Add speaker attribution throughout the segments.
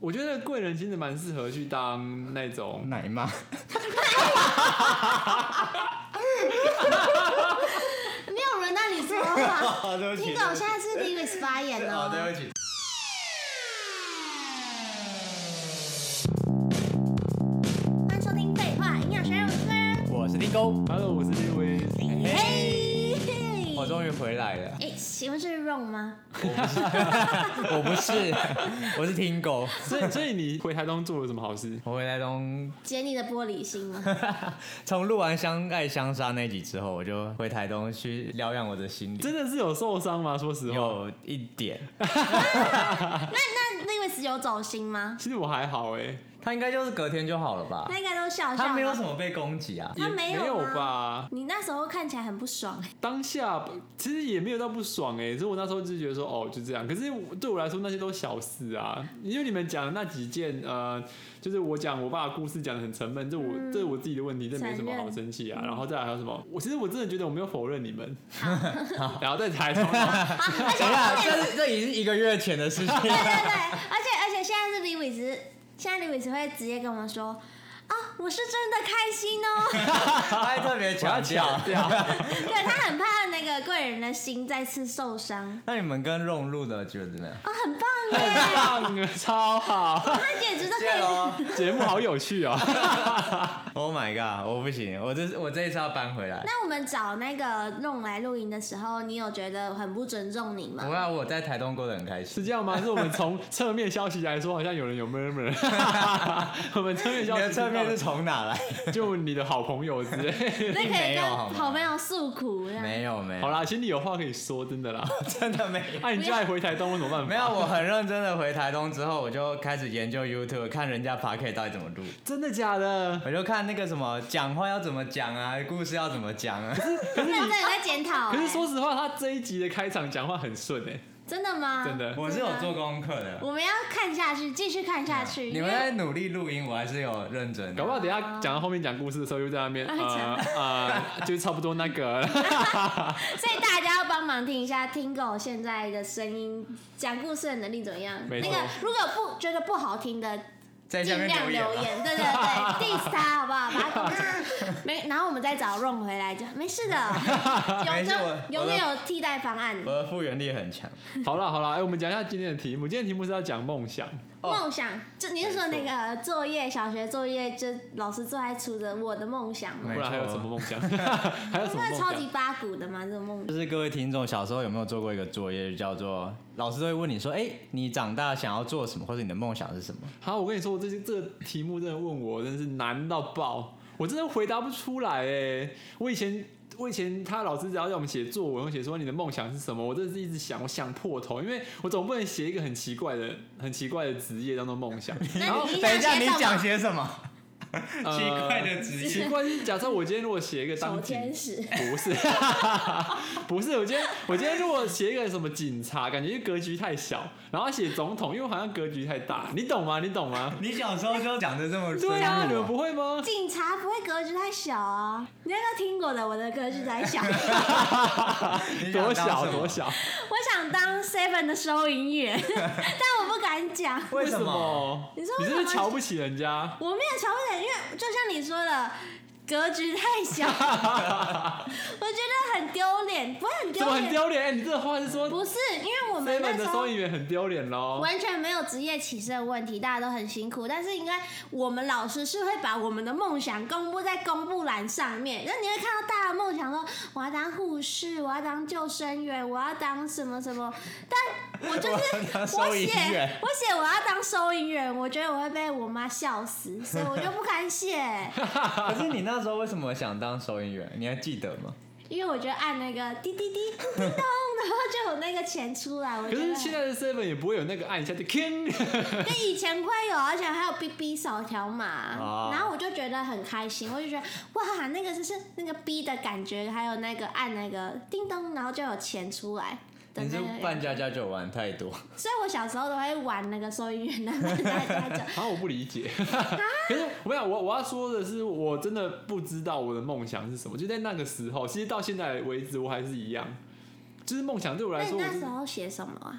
Speaker 1: 我觉得贵人其实蛮适合去当那种
Speaker 2: 奶 妈，
Speaker 3: 没有人让你说话。
Speaker 2: 哦对不起，
Speaker 3: 听狗现在是 Lewis 发言
Speaker 2: 啊，对
Speaker 3: 哦。
Speaker 2: 不起。
Speaker 3: 欢迎收听《废话营养学人》，我是芬
Speaker 2: 我是丁工，
Speaker 1: ，Hello，我是哎 Louis。
Speaker 3: 嘿
Speaker 2: 我终于回来了。
Speaker 3: 哎，请问是 Ron 吗？
Speaker 2: 我不是，我是听狗。
Speaker 1: 所以，所以你回台东做了什么好事？
Speaker 2: 我回来东，
Speaker 3: 解你的玻璃心 吗？
Speaker 2: 从录完《相爱相杀》那集之后，我就回台东去疗养我的心理，
Speaker 1: 真的是有受伤吗？说实话，
Speaker 2: 有一点。
Speaker 3: 那那 Lewis 有走心吗？
Speaker 1: 其实我还好哎、
Speaker 2: 他应该就是隔天就好了吧？
Speaker 3: 那应该都笑笑吧。
Speaker 2: 他没有什么被攻击啊。
Speaker 3: 他没
Speaker 1: 也
Speaker 3: 有
Speaker 1: 没有
Speaker 3: 吗
Speaker 1: 吧？
Speaker 3: 你那时候看起来很不爽，
Speaker 1: 当下其实也没有到不爽哎、欸，所以我那时候就觉得说哦就这样。可是我对我来说那些都小事啊，因为你们讲的那几件呃，就是我讲我爸的故事讲的很沉闷，这我、
Speaker 3: 嗯
Speaker 1: 这是我自己的问题，这没什么好生气啊。然后再来还有什么？我其实我真的觉得我没有否认你们， 然后在台中，
Speaker 2: 等一下，这是这已经是一个月前的事情。
Speaker 3: 对对对，而且而且现在是 Lewis，现在 Lewis 会直接跟我们说啊，我是真的开心哦。
Speaker 2: 他还特别
Speaker 1: 我要
Speaker 2: 强调
Speaker 1: 抢。掉。
Speaker 3: 对他很怕那个贵人的心再次受伤
Speaker 2: 那你们跟融入的觉得怎么样？
Speaker 3: 啊，很棒耶，
Speaker 1: 棒啊，超好！
Speaker 3: 他简直都可
Speaker 2: 谢
Speaker 3: 以。
Speaker 2: 喽。
Speaker 1: 节目好有趣哦。
Speaker 2: Oh my god！我不行，我这我这一次要搬回来。
Speaker 3: 那我们找那个弄来录音的时候，你有觉得很不尊重你吗？
Speaker 2: 不要， 我在台东过得很开
Speaker 1: 是
Speaker 2: 心。
Speaker 1: 这样吗？是我们从侧面消息来说，好像有人有 murmur。我们侧面
Speaker 2: 你
Speaker 1: 消息
Speaker 2: 的侧面
Speaker 1: 听
Speaker 2: 是
Speaker 1: 到
Speaker 2: 从哪来？
Speaker 1: 就你的好朋友之类。
Speaker 3: 那可以
Speaker 2: 没有
Speaker 3: 跟
Speaker 2: 好吗
Speaker 3: 好朋友诉苦这 样
Speaker 2: 没有没有，
Speaker 1: 好，啦，心里有话可以说，真的 啦。哎
Speaker 2: 真的没有。
Speaker 1: 那、你就爱回台东，我怎么办？
Speaker 2: 没有，我很认真的回台东之后，我就开始研究 YouTube，看人家 p o c a s t 到底怎么录。
Speaker 1: 真的假的？
Speaker 2: 我就看那个什么讲话要怎么讲啊，故事要怎么讲啊。
Speaker 3: 那我真的在检讨、
Speaker 1: 可是
Speaker 3: 哎
Speaker 1: 说实话，他这一集的开场讲话很顺哎、
Speaker 3: 真的吗？
Speaker 1: 真的
Speaker 2: 我是有做功课的。
Speaker 3: 我们要看下去，继续看下去。
Speaker 2: 你们在努力录音，我还是有认真的
Speaker 1: 搞
Speaker 2: 啊
Speaker 1: 不。好等一下讲到后面讲故事的时候，又在那边
Speaker 3: 啊
Speaker 1: 呃呃，就是差不多那个。
Speaker 3: 所以大家要帮忙听一下听狗现在的声音讲故事的能力怎么样？
Speaker 1: 没
Speaker 3: 那
Speaker 1: 错
Speaker 3: 个如果不觉得不好听的，
Speaker 2: 在下
Speaker 3: 尽
Speaker 2: 面
Speaker 3: 量
Speaker 2: 留言
Speaker 3: 留
Speaker 2: 啊。
Speaker 3: 言，对对对，diss 他好不好？把他攻击。 没，然后我们再找 Ron 回来就没事的，
Speaker 2: 没
Speaker 3: 永
Speaker 2: 事我
Speaker 3: 远永远有替代方案
Speaker 2: 我。的复原力很强。
Speaker 1: 好啦好啦，哎、我们讲一下今天的题目。今天的题目是要讲梦想。
Speaker 2: 哦
Speaker 3: 梦想，就你是说那个作业，小学作业，就老师最爱出的我的梦想吗？
Speaker 2: 没
Speaker 1: 不然还有
Speaker 2: 错
Speaker 1: 什么梦 想？还有什么梦
Speaker 3: 那个
Speaker 1: 想
Speaker 3: 超？级八股的嘛，这种 梦。
Speaker 2: 就是各位听众，小时候有没有做过一个作业，叫做老师都会问你说：“哎、你长大想要做什么，或者你的梦想是什么
Speaker 1: 好，我跟你说，我这这个题目真的问我，真的是难到爆，我真的回答不出来哎。我以前我以前他老师只要让我们写作文，我写说你的梦想是什么，我真的是一直想，我想破头，因为我总不能写一个很奇怪的、很奇怪的职业当做梦想。
Speaker 3: 那？”你
Speaker 2: 等一下，你
Speaker 3: 你
Speaker 2: 讲
Speaker 3: 想写
Speaker 2: 些什
Speaker 3: 什么？
Speaker 2: 么？
Speaker 1: 呃
Speaker 2: 奇怪的职
Speaker 1: 奇
Speaker 2: 业，
Speaker 1: 怪是，假设我今天如果写一个
Speaker 3: 守
Speaker 1: 当警
Speaker 3: 天使。
Speaker 1: 不是， 不是，我今天我今天如果写一个什么警察，感觉格局太小，然后写总统又好像格局太大，你懂吗？你懂吗？
Speaker 2: 你小时候就讲的这么
Speaker 1: 对啊，
Speaker 2: 深
Speaker 1: 你
Speaker 2: 入
Speaker 1: 们不会吗？
Speaker 3: 警察不会格局太小啊！你有没有听过的？我的格局 太小，我
Speaker 2: 你想
Speaker 1: 多
Speaker 2: 当
Speaker 1: 小
Speaker 2: 什么
Speaker 1: 多小？
Speaker 3: 想当 Seven 的收银员， 但我不敢讲。
Speaker 2: 为什
Speaker 1: 什
Speaker 2: 么？？
Speaker 3: 你说
Speaker 1: 你
Speaker 3: 为
Speaker 1: 是
Speaker 3: 什
Speaker 1: 不
Speaker 3: 么
Speaker 1: 是瞧不起人 家？
Speaker 3: 我没有瞧不起，因为就像你说的，格局 太小， 我觉得很丢脸，不会
Speaker 1: 怎
Speaker 3: 很丢
Speaker 1: 么很
Speaker 3: 脸，
Speaker 1: 丢脸？哎，你这话是说
Speaker 3: 不是因为我们
Speaker 1: seven
Speaker 3: 那时
Speaker 1: 的
Speaker 3: 候
Speaker 1: 收银员很丢脸喽？
Speaker 3: 完全没有职业歧视的问题，大家都很辛苦。但是应该我们老师是会把我们的梦想公布在公布栏上面，那你会看到大家的梦想说我要当护士，我要当救生员，我要当什么什么。但我就
Speaker 2: 我要 当
Speaker 3: 是
Speaker 2: 收
Speaker 3: 我
Speaker 2: 银
Speaker 3: 写
Speaker 2: 员
Speaker 3: 我写我要当收银员，我觉得我会被我妈笑死，所以我就不敢写，
Speaker 2: 可是你那时候为什么想当收银员？你还记得吗？
Speaker 3: 因为我觉得按那个滴 滴滴叮咚，然后就有那个钱出来。我
Speaker 1: 可
Speaker 3: 觉得
Speaker 1: 是现在的 seven 也不会有那个按一下就 king，
Speaker 3: 跟以前会有，而且还有 B B 扫条码，
Speaker 1: 啊
Speaker 2: 哦
Speaker 3: 然后我就觉得很开心，我就觉得哇，那个就是那个 B 的感觉，还有那个按那个叮咚，然后就有钱出来的
Speaker 2: 你
Speaker 3: 那
Speaker 2: 是
Speaker 3: 个
Speaker 2: 扮
Speaker 3: 感
Speaker 2: 家
Speaker 3: 觉。
Speaker 2: 家酒玩太多，
Speaker 3: 所以我小时候都会玩那个 收银员的大家讲，
Speaker 1: 啊，我不理 解。可是我想，我我要说的是，我真的不知道我的梦想是什么。就在那个时候，其实到现在为止，我还是一样。就是梦想对我
Speaker 3: 那
Speaker 1: 来
Speaker 3: 你
Speaker 1: 说，我
Speaker 3: 那
Speaker 1: 是
Speaker 3: 时候写什么啊？
Speaker 1: 我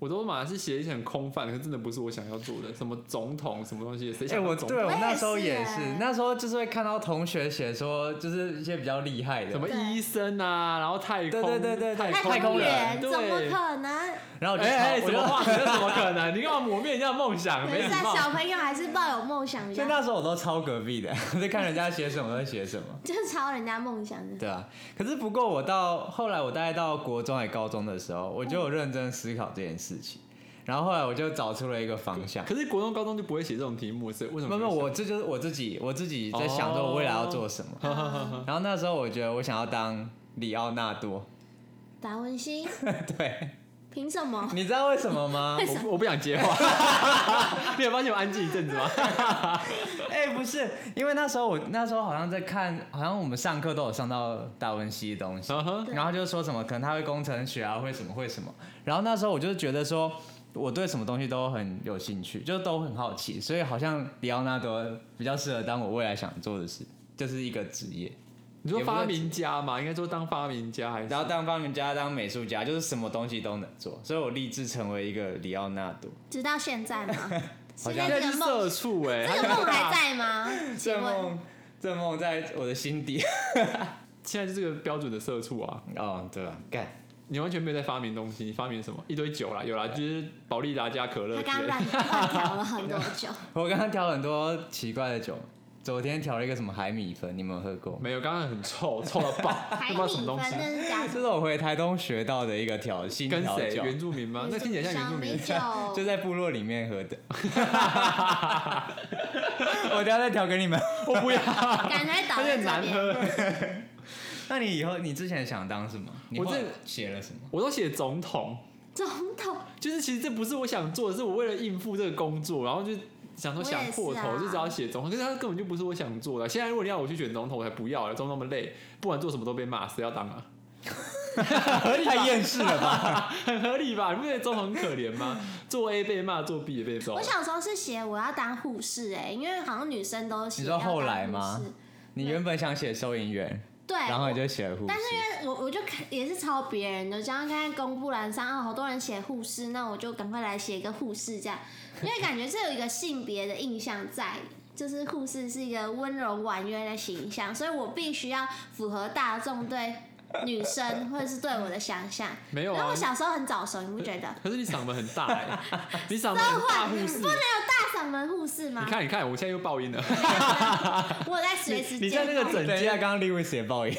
Speaker 1: 我都马是写一些很空泛的，可是真的不是我想要做的，什么总统什么东西，谁
Speaker 2: 哎、
Speaker 1: 想
Speaker 2: 我
Speaker 1: 当总统？
Speaker 2: 对我
Speaker 3: 我也
Speaker 2: 那时候
Speaker 3: 是
Speaker 2: 也
Speaker 3: 欸
Speaker 2: 是，那时候就是会看到同学写说，就是一些比较厉害的，
Speaker 1: 什么
Speaker 3: 对
Speaker 1: 医生啊，然后太空，
Speaker 2: 对对对对
Speaker 1: 太
Speaker 2: 太
Speaker 3: 太
Speaker 2: 空
Speaker 3: 空
Speaker 2: 人
Speaker 3: 人
Speaker 1: 对
Speaker 3: 怎么可能？
Speaker 2: 然后我就超
Speaker 1: 哎哎，
Speaker 2: 哦我
Speaker 1: 什
Speaker 2: 就
Speaker 1: 么话？这怎么可能？你干嘛抹灭人家的梦想？啊
Speaker 3: 等
Speaker 1: 没
Speaker 3: 一
Speaker 1: 礼
Speaker 3: 下，
Speaker 1: 貌。
Speaker 3: 小朋友还是抱有梦想 比
Speaker 2: 所以，
Speaker 3: 较
Speaker 2: 那时候我都抄隔壁的， 就看人家写什么我就写什么，
Speaker 3: 就是超人家梦想的。
Speaker 2: 对啊。可是不过我到后来，我大概到国中还高中的时候，我就有认真思考这件事情，然后后来我就找出了一个方向。
Speaker 1: 可是国中、高中就不会写这种题目，是为什么？
Speaker 2: 没有，没有，我这就是我自己，我自己在想说我未来要做什么。
Speaker 1: 我
Speaker 2: 然后那时候我觉得我想要当里奥纳多，
Speaker 3: 达文西
Speaker 2: 对，
Speaker 3: 凭什么？
Speaker 2: 你知道为什 么吗？
Speaker 1: 我我不想接 话。你有发现我安静一阵 子吗？
Speaker 2: 哎、不是，因为那时候我那时候好像在看，好像我们上课都有上到达文西的东西，
Speaker 1: 嗯哼
Speaker 3: 对
Speaker 2: 然后就说什么可能他会工程学啊，会什么会什么。然后那时候我就觉得说，我对什么东西都很有兴趣，就都很好奇，所以好像里奥纳多比较适合当我未来想做的事，就是一个职业。
Speaker 1: 你说发明家嘛，应该说当发明家还是
Speaker 2: 然后当发明家、当美术家，就是什么东西都能做，所以我立志成为一个里奥纳多。
Speaker 3: 直到现 在吗？
Speaker 2: 好像
Speaker 3: 现
Speaker 1: 那
Speaker 3: 在这
Speaker 1: 是
Speaker 3: 个梦，
Speaker 1: 社畜哎、
Speaker 3: 这个梦还在吗？
Speaker 2: 这
Speaker 3: 请问
Speaker 2: 梦，这梦在我的心底。
Speaker 1: 现在就是个标准的社畜啊！
Speaker 2: 哦，对啊，干。
Speaker 1: 你完全没有在发明东西，你发明什么？一堆酒啦，有啦，就是宝利达加可乐
Speaker 3: 他
Speaker 1: 之
Speaker 3: 刚刚
Speaker 1: 类的。
Speaker 3: 乱乱调 了很多酒，
Speaker 2: 我刚刚调很多奇怪的酒，昨天调了一个什么海米粉，你们有喝 过？
Speaker 1: 没有，刚刚很臭，臭到 爆，
Speaker 3: 海
Speaker 1: 不知道什么
Speaker 3: 米
Speaker 1: 东
Speaker 3: 粉
Speaker 1: 西。
Speaker 3: 那是 假
Speaker 2: 这是我回台东学到的一个调新
Speaker 1: 跟
Speaker 2: 调
Speaker 1: 谁？
Speaker 2: 酒，
Speaker 1: 原住民吗？啊那听起来像原住
Speaker 3: 小米
Speaker 1: 民。
Speaker 3: 酒，
Speaker 2: 就在部落里面喝的。 我等一下再调给你们。
Speaker 1: 我不要，
Speaker 3: 感觉倒
Speaker 1: 有
Speaker 3: 在
Speaker 1: 点
Speaker 3: 这
Speaker 1: 难
Speaker 3: 边。
Speaker 1: 喝。
Speaker 2: 那你以后你之前想当什么？你
Speaker 1: 我
Speaker 2: 后来
Speaker 1: 这
Speaker 2: 写了什么？
Speaker 1: 我都写总统，
Speaker 3: 总 统，
Speaker 1: 就是其实这不是我想做的，是我为了应付这个工作，然后就想说想破头，
Speaker 3: 我也是啊
Speaker 1: 就只要写总统。可是他根本就不是我想做的。现在如果你要我去选总统，我才不要了，总统那么累，不管做什么都被骂，谁要当啊？
Speaker 2: 太厌世了吧？
Speaker 1: 很合理吧？你不觉得总统很可怜吗？做 A 被骂，做 B 也被揍
Speaker 3: 我。小时候是写我要当护士、哎，因为好像女生都写。
Speaker 2: 你说后来吗？ 你原本想写收银员，
Speaker 3: 对，
Speaker 2: 然后你就写了护士
Speaker 3: 但。是因为我我就看也是抄别人的，这样看公布栏上，哦，好多人写护士，那我就赶快来写一个护士这样，因为感觉这有一个性别的印象在，就是护士是一个温柔婉约的形象，所以我必须要符合大众对女生或者是对我的想象。
Speaker 1: 没有
Speaker 3: 然后
Speaker 1: 啊
Speaker 3: 我，小时候很早熟，你不觉得？
Speaker 1: 可是你嗓门很大 哎、你嗓门很 大，护士。
Speaker 3: 大嗓门护士吗
Speaker 1: 你？看，你看，我现在又爆音了。
Speaker 3: 我有在随时
Speaker 1: 你在那个
Speaker 3: 监控
Speaker 1: 整
Speaker 2: 等一
Speaker 1: 间
Speaker 2: 下，刚刚 Lewis 也报应。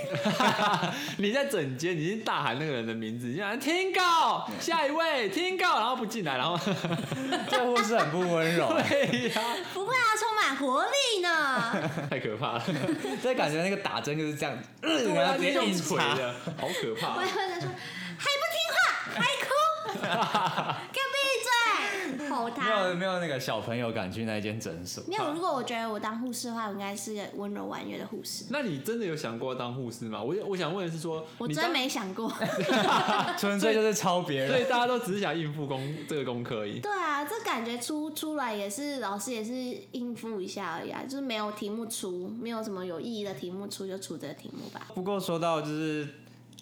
Speaker 1: 你在整间，你已经大喊那个人的名字，你想听告，下一位听告，然后不进来，然后
Speaker 2: 这护士很不温 柔，
Speaker 1: 对呀、
Speaker 3: 不会啊，充满活力呢。
Speaker 1: 太可怕了，
Speaker 2: 这感觉那个打针就是这样，呃
Speaker 1: 对
Speaker 2: 然
Speaker 1: 啊，
Speaker 2: 后直
Speaker 1: 你
Speaker 2: 接
Speaker 1: 用
Speaker 2: 硬
Speaker 1: 锤
Speaker 2: 插
Speaker 1: 的，好可
Speaker 3: 我
Speaker 1: 怕
Speaker 3: 也。会在说，还不听话，还哭，给我闭嘴，吼
Speaker 2: 没有
Speaker 3: 他。
Speaker 2: 没有那个小朋友敢去那间诊所，
Speaker 3: 没有，如果我觉得我当护士的话，我应该是个温柔婉约的护 士。
Speaker 1: 那你真的有想过要当护士吗？我我想问的是说，
Speaker 3: 我
Speaker 1: 你
Speaker 3: 真
Speaker 1: 当，
Speaker 3: 没想过。
Speaker 2: 纯粹就是抄别
Speaker 1: 所
Speaker 2: 人。
Speaker 1: 以大家都只是想应付工这个功课 而已。
Speaker 3: 对啊，这感觉出出来也是老师也是应付一下而已啊，就是没有题目出，没有什么有意义的题目出就出这个题目 吧。
Speaker 2: 不过说到就是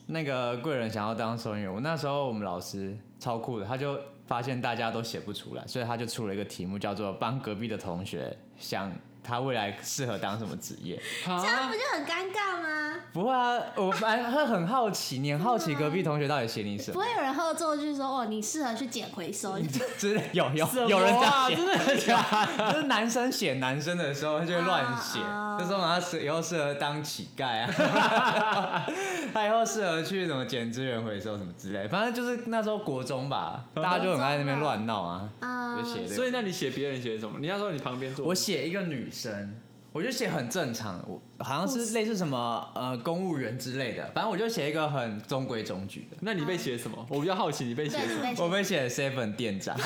Speaker 2: 那个贵人想要当收银员，我那时候我们老师超酷的，他就发现大家都写不出来，所以他就出了一个题目叫做帮隔壁的同学想他未来适合当什么职业。
Speaker 3: 这样
Speaker 1: 啊
Speaker 3: 不，就很尴尬吗？
Speaker 2: 不会啊，我反正会很好奇，你很好奇隔壁同学到底写你什
Speaker 3: 不
Speaker 2: 么？
Speaker 3: 会有人后座就是说哦，你适合去捡回 收。
Speaker 2: 真的有有
Speaker 1: 什么啊
Speaker 2: 有人这样写，
Speaker 1: 真的
Speaker 2: 假的？就是男生写男生的时候，他就会乱写
Speaker 3: 啊啊，
Speaker 2: 就说嘛他适以后适合当乞丐啊， 他以后适合去什么捡资源回收什么之类，反正就是那时候国中吧，大家就很爱那边乱闹啊，
Speaker 3: 啊、
Speaker 2: 就写这
Speaker 1: 所以
Speaker 2: 个。
Speaker 1: 那你写别人写什么？你要说你旁边坐，
Speaker 2: 我写一个女生。我就写很正常，我好像是类似什么呃公务员之类的，反正我就写一个很中规中矩的。
Speaker 1: 那你被写什么？我比较好奇你被写
Speaker 3: 啊对，
Speaker 1: 什
Speaker 3: 你
Speaker 1: 么。
Speaker 3: 被
Speaker 2: 我被写 seven 店长，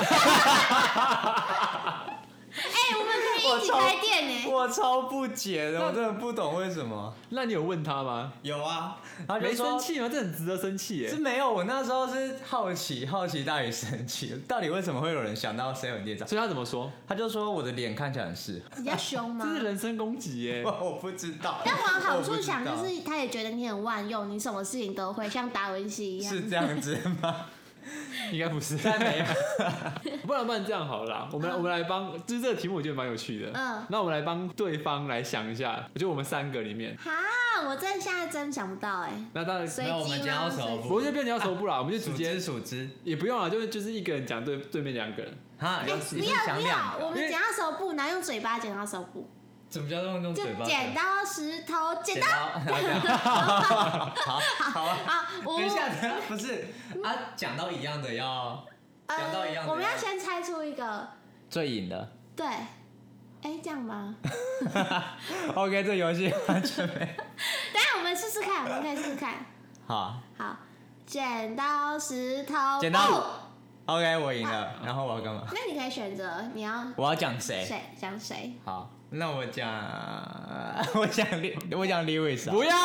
Speaker 3: 哎、我们可以
Speaker 2: 我
Speaker 3: 一起
Speaker 2: 超
Speaker 3: 开店 呢、
Speaker 2: 我超不解的，我真的不懂为什么。
Speaker 1: 那你有问他吗？
Speaker 2: 有啊，然后就
Speaker 1: 没
Speaker 2: 说
Speaker 1: 生气吗？这很值得生气耶
Speaker 2: 是。没有，我那时候是好奇，好奇大于生气，到底为什么会有人想到 seven 店长？
Speaker 1: 所以他怎么说？
Speaker 3: 啊
Speaker 2: 他就说我的脸看起来很适合，
Speaker 3: 比较凶吗
Speaker 1: 这？是人身攻击耶。
Speaker 2: 我不知道。
Speaker 3: 但往好处想，
Speaker 2: 我
Speaker 3: 就
Speaker 2: 不知
Speaker 3: 是他也觉得你很万用，你什么事情都会，像达文西一
Speaker 2: 道
Speaker 3: 样。
Speaker 2: 是这样子吗？
Speaker 1: 应该不是，
Speaker 2: 但没有。
Speaker 1: 不然不然这样好了啦，我们我们来帮，就是这个题目我觉得蛮有趣的，
Speaker 3: 啊嗯
Speaker 1: 那我们来帮对方来想一下，我觉得我们三个里面，
Speaker 3: 哈，我真的现在真想不到哎、
Speaker 1: 那当然，
Speaker 3: 随
Speaker 2: 那我们
Speaker 3: 机
Speaker 2: 讲
Speaker 3: 吗？
Speaker 2: 到什么
Speaker 3: 随
Speaker 2: 不
Speaker 3: 机
Speaker 1: 我就变你要熟不啦，我们就直
Speaker 2: 数
Speaker 1: 接
Speaker 2: 之数之
Speaker 1: 也不用了，就是就是一个人讲对对面两个人，
Speaker 2: 哈，
Speaker 3: 哎
Speaker 2: 要
Speaker 3: 不
Speaker 2: 你是
Speaker 3: 要
Speaker 2: 想
Speaker 3: 不
Speaker 2: 两
Speaker 3: 要，
Speaker 2: 个？
Speaker 3: 我们剪到手部，然后用嘴巴剪到手部，
Speaker 2: 怎么叫用用
Speaker 3: 就
Speaker 2: 嘴巴？
Speaker 3: 剪刀石头剪
Speaker 2: 剪
Speaker 3: 刀。
Speaker 2: 刀， 然后这样好好啊。
Speaker 3: 啊，我
Speaker 2: 等一下，等一下，不是啊，讲到一样的要讲到一样
Speaker 3: 呃，
Speaker 2: 的
Speaker 3: 我们要
Speaker 2: 要
Speaker 3: 先猜出一个，
Speaker 2: 最赢的。
Speaker 3: 对，哎，这 样吗？
Speaker 2: OK，这游戏
Speaker 3: 等一下我们试试看，我们可以试试看。
Speaker 2: 好
Speaker 3: 好，剪刀石头
Speaker 2: 剪刀
Speaker 3: 布。
Speaker 2: ，OK，我赢了。然后我要干嘛？
Speaker 3: 那你可以选择你要
Speaker 2: 我要讲谁？
Speaker 3: 谁想谁？
Speaker 2: 好，那我讲， 我讲李，我讲 Lewis 啊。
Speaker 1: 不要，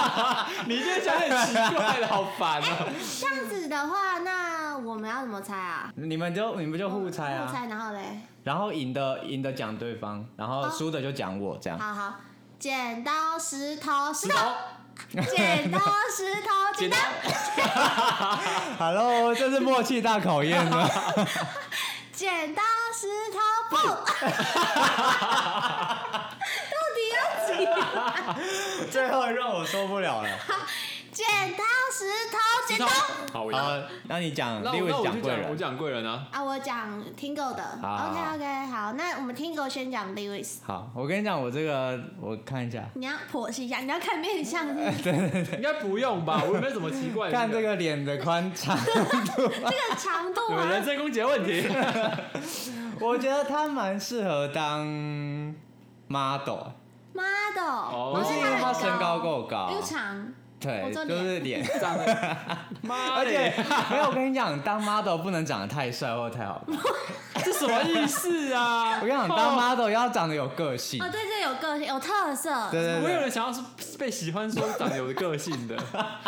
Speaker 1: 你这想很奇怪的，好烦啊！
Speaker 3: 这样子的话，那我们要怎么猜啊？
Speaker 2: 你们就你们就互猜
Speaker 3: 互
Speaker 2: 啊，
Speaker 3: 猜，然后嘞，
Speaker 2: 然后赢的赢的讲对方，然后
Speaker 3: 好
Speaker 2: 输的就讲我这样。
Speaker 3: 好好，剪刀石头石头，
Speaker 1: 好，
Speaker 3: 剪刀石头
Speaker 1: 剪
Speaker 3: 剪刀
Speaker 1: 刀，
Speaker 2: Hello，这是默契大考验啊呢。
Speaker 3: 剪刀石头布。到底要几？
Speaker 2: 最后让我受不了了。
Speaker 3: 剪刀石头剪刀。
Speaker 1: 好，我赢了
Speaker 2: 好，那你讲
Speaker 1: 那我那
Speaker 2: Lewis
Speaker 1: 我就
Speaker 2: 讲贵
Speaker 1: 讲我
Speaker 2: 人。
Speaker 1: 讲贵人啊，
Speaker 3: 啊，我讲听够的。
Speaker 2: 好好
Speaker 3: OK
Speaker 2: 好
Speaker 3: OK，好，那我们听够先讲 Lewis。
Speaker 2: 好，我跟你讲，我这个我看一下，
Speaker 3: 你要剖析一下，你要看 面相是不是，
Speaker 1: 应该不用吧？我也没有什么奇怪的。
Speaker 2: 看这，个脸的宽长，
Speaker 3: 这个长度
Speaker 1: 你们人
Speaker 3: 啊，
Speaker 1: 身攻击的问 题。
Speaker 2: 我觉得他蛮适合当 model，
Speaker 3: 妈的哦，
Speaker 1: 哦
Speaker 2: 不是因为他身高
Speaker 3: 高，
Speaker 2: 够高
Speaker 3: 又，长，我
Speaker 2: 对
Speaker 3: 这，
Speaker 2: 就
Speaker 3: 脸
Speaker 2: 是脸。
Speaker 1: 长得，妈
Speaker 2: 而
Speaker 1: 的，
Speaker 2: 且 没有，我跟你讲，当 model 不能长得太帅或太好看。
Speaker 1: 这什么意思啊？
Speaker 2: 我跟你 讲，当 model 要长得有个性
Speaker 3: 哦，。对，这有个性，有特色。
Speaker 2: 对对
Speaker 1: 我有
Speaker 2: 对，
Speaker 1: 人想要是被喜欢说长得有个性的，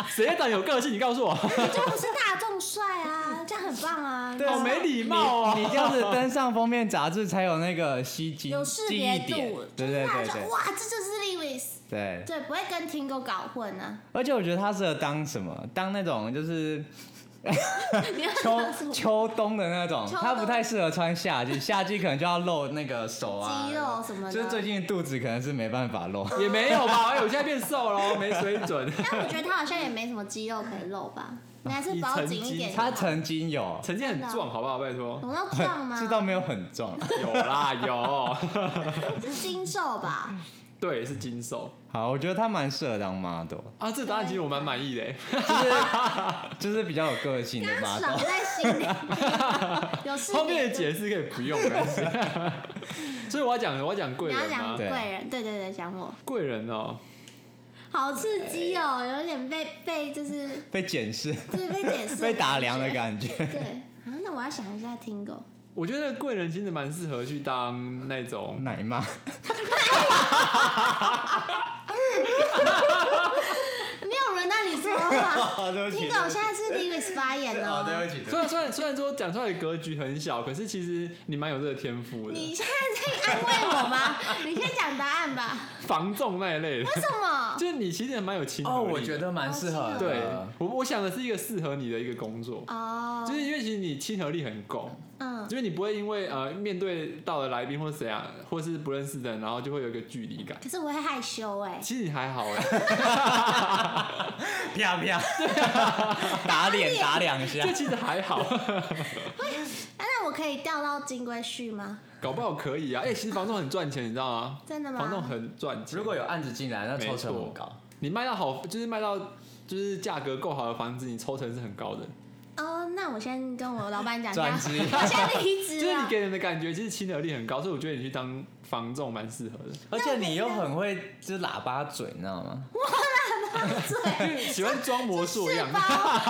Speaker 1: 谁长得有个性？你告诉我，好
Speaker 3: 这不是大众帅啊，这样很棒啊。
Speaker 2: 对
Speaker 1: 没礼貌啊！
Speaker 2: 你这样子登上封面杂志才有那个吸睛
Speaker 3: 有识
Speaker 2: 记
Speaker 3: 别
Speaker 2: 忆点
Speaker 3: 度，。
Speaker 2: 对
Speaker 3: 就是
Speaker 2: 对
Speaker 3: 大
Speaker 2: 对
Speaker 3: 家说
Speaker 2: 对
Speaker 3: 哇，这就是 Lewis，
Speaker 2: 对。
Speaker 3: 对，不会跟听狗搞混啊。
Speaker 2: 而且我觉得他适合当什么？当那种就是
Speaker 3: 你 要
Speaker 2: 秋
Speaker 3: 告诉我
Speaker 2: 秋冬的那种，
Speaker 3: 秋冬
Speaker 2: 他不太适合穿夏季，夏季可能就要露那个手啊，
Speaker 3: 肌肉什么的
Speaker 2: 就是最近肚子可能是没办法露。
Speaker 1: 也没有吧？哎，我现在变瘦了哦，没水准。
Speaker 3: 但我觉得他好像也没什么肌肉可以露吧，你还是包紧一点啊就好。
Speaker 2: 他曾经有，
Speaker 1: 曾经很
Speaker 3: 啊
Speaker 1: 壮，好不好？拜托，
Speaker 3: 有到壮吗？
Speaker 2: 知道没有很壮。
Speaker 1: 有啦有，
Speaker 3: 是精瘦吧？
Speaker 1: 对，是精瘦
Speaker 2: 好，我觉得他蛮适合当 model，
Speaker 1: 啊。这答案其实我蛮满意的欸，
Speaker 2: 就是比较有个性的
Speaker 3: 刚刚
Speaker 2: model
Speaker 3: 爽。在心里， 有事
Speaker 1: 后面的解释可以不用了。 所以我要讲，我要讲贵
Speaker 3: 你要
Speaker 1: 人
Speaker 3: 讲
Speaker 1: 吗？
Speaker 3: 贵人，对对对，讲我，
Speaker 1: 贵人哦，
Speaker 3: 好刺激哦，有点被被就是
Speaker 2: 被检视、
Speaker 3: 就是被解释、
Speaker 2: 被打量的感
Speaker 3: 觉。
Speaker 2: 觉。
Speaker 3: 对，啊，那我要想一下听狗，
Speaker 1: 我觉得贵人其实蛮适合去当那种，
Speaker 2: 奶妈，
Speaker 3: 没有人啊让你说话。
Speaker 2: 哦对
Speaker 3: 听狗现在是 Lewis 发言
Speaker 2: 哦，对
Speaker 3: 哦，
Speaker 2: 不起，
Speaker 1: 虽然虽然虽然说讲出来的格局很小，可是其实你蛮有这个天赋的，
Speaker 3: 你现在在安慰我吗？你先讲答案吧。
Speaker 1: 防重那一类的，
Speaker 3: 为什么？嗯
Speaker 1: 就是你其实也蛮有亲和
Speaker 2: 哦，
Speaker 1: 力的
Speaker 2: 我觉得蛮适合的。
Speaker 1: 对我我想的是一个适合你的一个工作，
Speaker 3: 哦
Speaker 1: 就，是因为其实你亲和力很够，
Speaker 3: 嗯，
Speaker 1: 因为你不会因为呃面对到的来宾或谁啊，或是不认识的人，然后就会有一个距离感。
Speaker 3: 可是我会害羞哎。
Speaker 1: 其实你还好哎，
Speaker 2: 啪啪，打脸打两下
Speaker 1: 这。其实还好，
Speaker 3: 啊那我可以钓到金龟婿吗？
Speaker 1: 搞不好可以啊。哎、其实房仲很赚钱，你知道吗？
Speaker 3: 真的吗？
Speaker 1: 房仲很赚钱，
Speaker 2: 如果有案子进来，那抽
Speaker 1: 没
Speaker 2: 成
Speaker 1: 错
Speaker 2: 很高。
Speaker 1: 你卖到好，就是卖到就是价格够好的房子，你抽成是很高的。
Speaker 3: 哦，那我先跟我老板讲一下
Speaker 2: 转，职
Speaker 3: 我先离
Speaker 1: 就
Speaker 3: 职
Speaker 1: 是
Speaker 3: 了
Speaker 1: 你。给人的感觉，其实亲和力很高，所以我觉得你去当房仲蛮适合的。
Speaker 2: 而且你又很会，就是喇叭嘴，你知道吗？
Speaker 1: 因为喜欢装模作样
Speaker 3: 是，吧？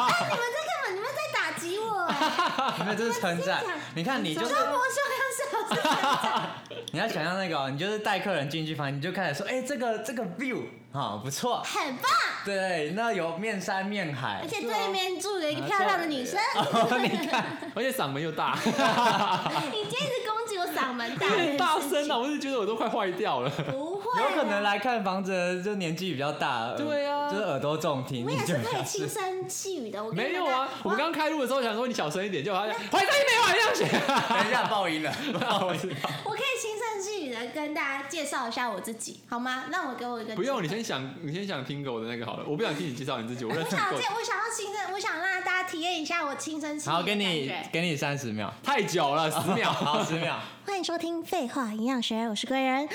Speaker 3: 哎，你们在干嘛？你们在打击我哎！
Speaker 2: 因为这是称赞
Speaker 3: 我跟你。
Speaker 2: 你看，你
Speaker 3: 装
Speaker 2: 就
Speaker 3: 模
Speaker 2: 是
Speaker 3: 作样是不是？
Speaker 2: 你要想象那个哦，你就是带客人进去房间，你就开始说，哎，这个这个 view 啊，不错。
Speaker 3: 很棒，
Speaker 2: 对，那有面山面海，
Speaker 3: 而且对面住了一个漂亮的女生，
Speaker 2: 哦，你看，
Speaker 1: 而且嗓门又大，
Speaker 3: 你今天一直攻击我嗓嗓门 大
Speaker 1: 有
Speaker 3: 人
Speaker 1: 点大声啊！
Speaker 3: 了，
Speaker 1: 我是觉得我都快坏掉了。
Speaker 3: 不会啦，
Speaker 2: 有可能来看房子的就年纪比较大，
Speaker 1: 啊对啊
Speaker 2: 就是耳朵重听，
Speaker 3: 我也是
Speaker 2: 就比
Speaker 3: 可以
Speaker 2: 较
Speaker 3: 轻声细语的。我跟
Speaker 1: 没
Speaker 3: 你
Speaker 1: 有
Speaker 3: 们
Speaker 1: 啊，
Speaker 3: 讲
Speaker 1: 我们刚开录的时候想说你小声一点，就好 像怀胎没完样学。
Speaker 2: 等一下爆音了，爆音。
Speaker 3: 我可以轻声细语的跟大家介绍一下我自己，好吗？让我给我一 个
Speaker 1: 不用，你先想，你先想听狗的那个好了。我不想听你介绍你自己，我认
Speaker 3: 我
Speaker 1: 识
Speaker 3: 想
Speaker 1: 狗
Speaker 3: 见，我想要亲身，我想让大家体验一下我亲身
Speaker 2: 好，给你给你三十秒，
Speaker 1: 太久了，十秒。
Speaker 2: 好，十 秒。
Speaker 3: 欢迎收听《废话营养学》，我是贵人。哇、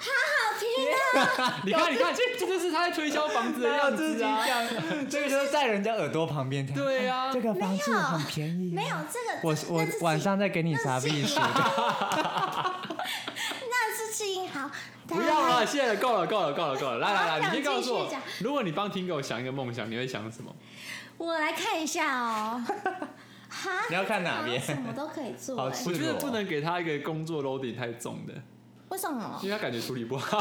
Speaker 3: 好好听啊！
Speaker 1: 你看，你看，这这就是他在推销房子的样子啊。
Speaker 2: 讲，这个就是在人家耳朵旁边跳。
Speaker 1: 对啊，
Speaker 2: 这个房子
Speaker 3: 没有
Speaker 2: 很便宜。啊
Speaker 3: 没有这个，
Speaker 2: 我
Speaker 3: 这
Speaker 2: 我
Speaker 3: 那是
Speaker 2: 晚上再给你查避暑。
Speaker 3: 那是气音好，
Speaker 1: 不要了，谢了，够了，够了，够了，够了。来来
Speaker 3: 我
Speaker 1: 来，
Speaker 3: 想
Speaker 1: 你先告诉
Speaker 3: 继续
Speaker 1: 我
Speaker 3: 讲，
Speaker 1: 如果你帮听狗想一个梦想，你会想什么？
Speaker 3: 我来看一下 哦。哈，
Speaker 2: 你要看哪边
Speaker 3: 好 像什么都可以做、
Speaker 2: 好
Speaker 3: 哎
Speaker 1: 我觉
Speaker 2: 是
Speaker 1: 得
Speaker 2: 我
Speaker 1: 不能给他一个工作 loading 太重的，
Speaker 3: 为什么
Speaker 1: 因？为他感觉处理不 好。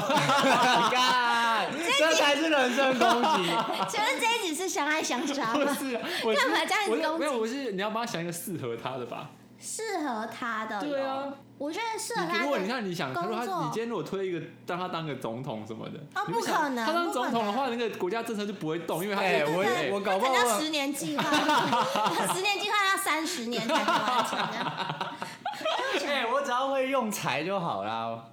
Speaker 2: 干，这才是人身攻 击。
Speaker 3: 请问这一集是相爱相 杀
Speaker 1: 不
Speaker 3: 吗？
Speaker 1: 是啊，我是
Speaker 3: 干嘛这样子
Speaker 1: 我是
Speaker 3: 攻击
Speaker 1: 没有，我是你要帮他想一个适合他的吧。
Speaker 3: 适合他的，
Speaker 1: 对啊，
Speaker 3: 我觉得适合
Speaker 1: 你
Speaker 3: 他
Speaker 1: 如果你
Speaker 3: 的。
Speaker 1: 看你想，
Speaker 3: 工
Speaker 1: 他
Speaker 3: 作
Speaker 1: 说他你今天如果推一个让他当个总统什么的，
Speaker 3: 哦
Speaker 1: 你会想
Speaker 3: 不可能
Speaker 1: 他当总统的
Speaker 3: 不
Speaker 1: 话，
Speaker 3: 可
Speaker 1: 那个国家政策就不会动，因为他
Speaker 2: 哎
Speaker 1: 就
Speaker 2: 我
Speaker 1: 对
Speaker 2: 我搞不
Speaker 3: 可
Speaker 2: 好
Speaker 3: 能
Speaker 1: 啊
Speaker 3: 要
Speaker 2: 我
Speaker 3: 十 年计划，十年计划要三十年才能完成这样。
Speaker 2: 哎，我只要会用财就好啦。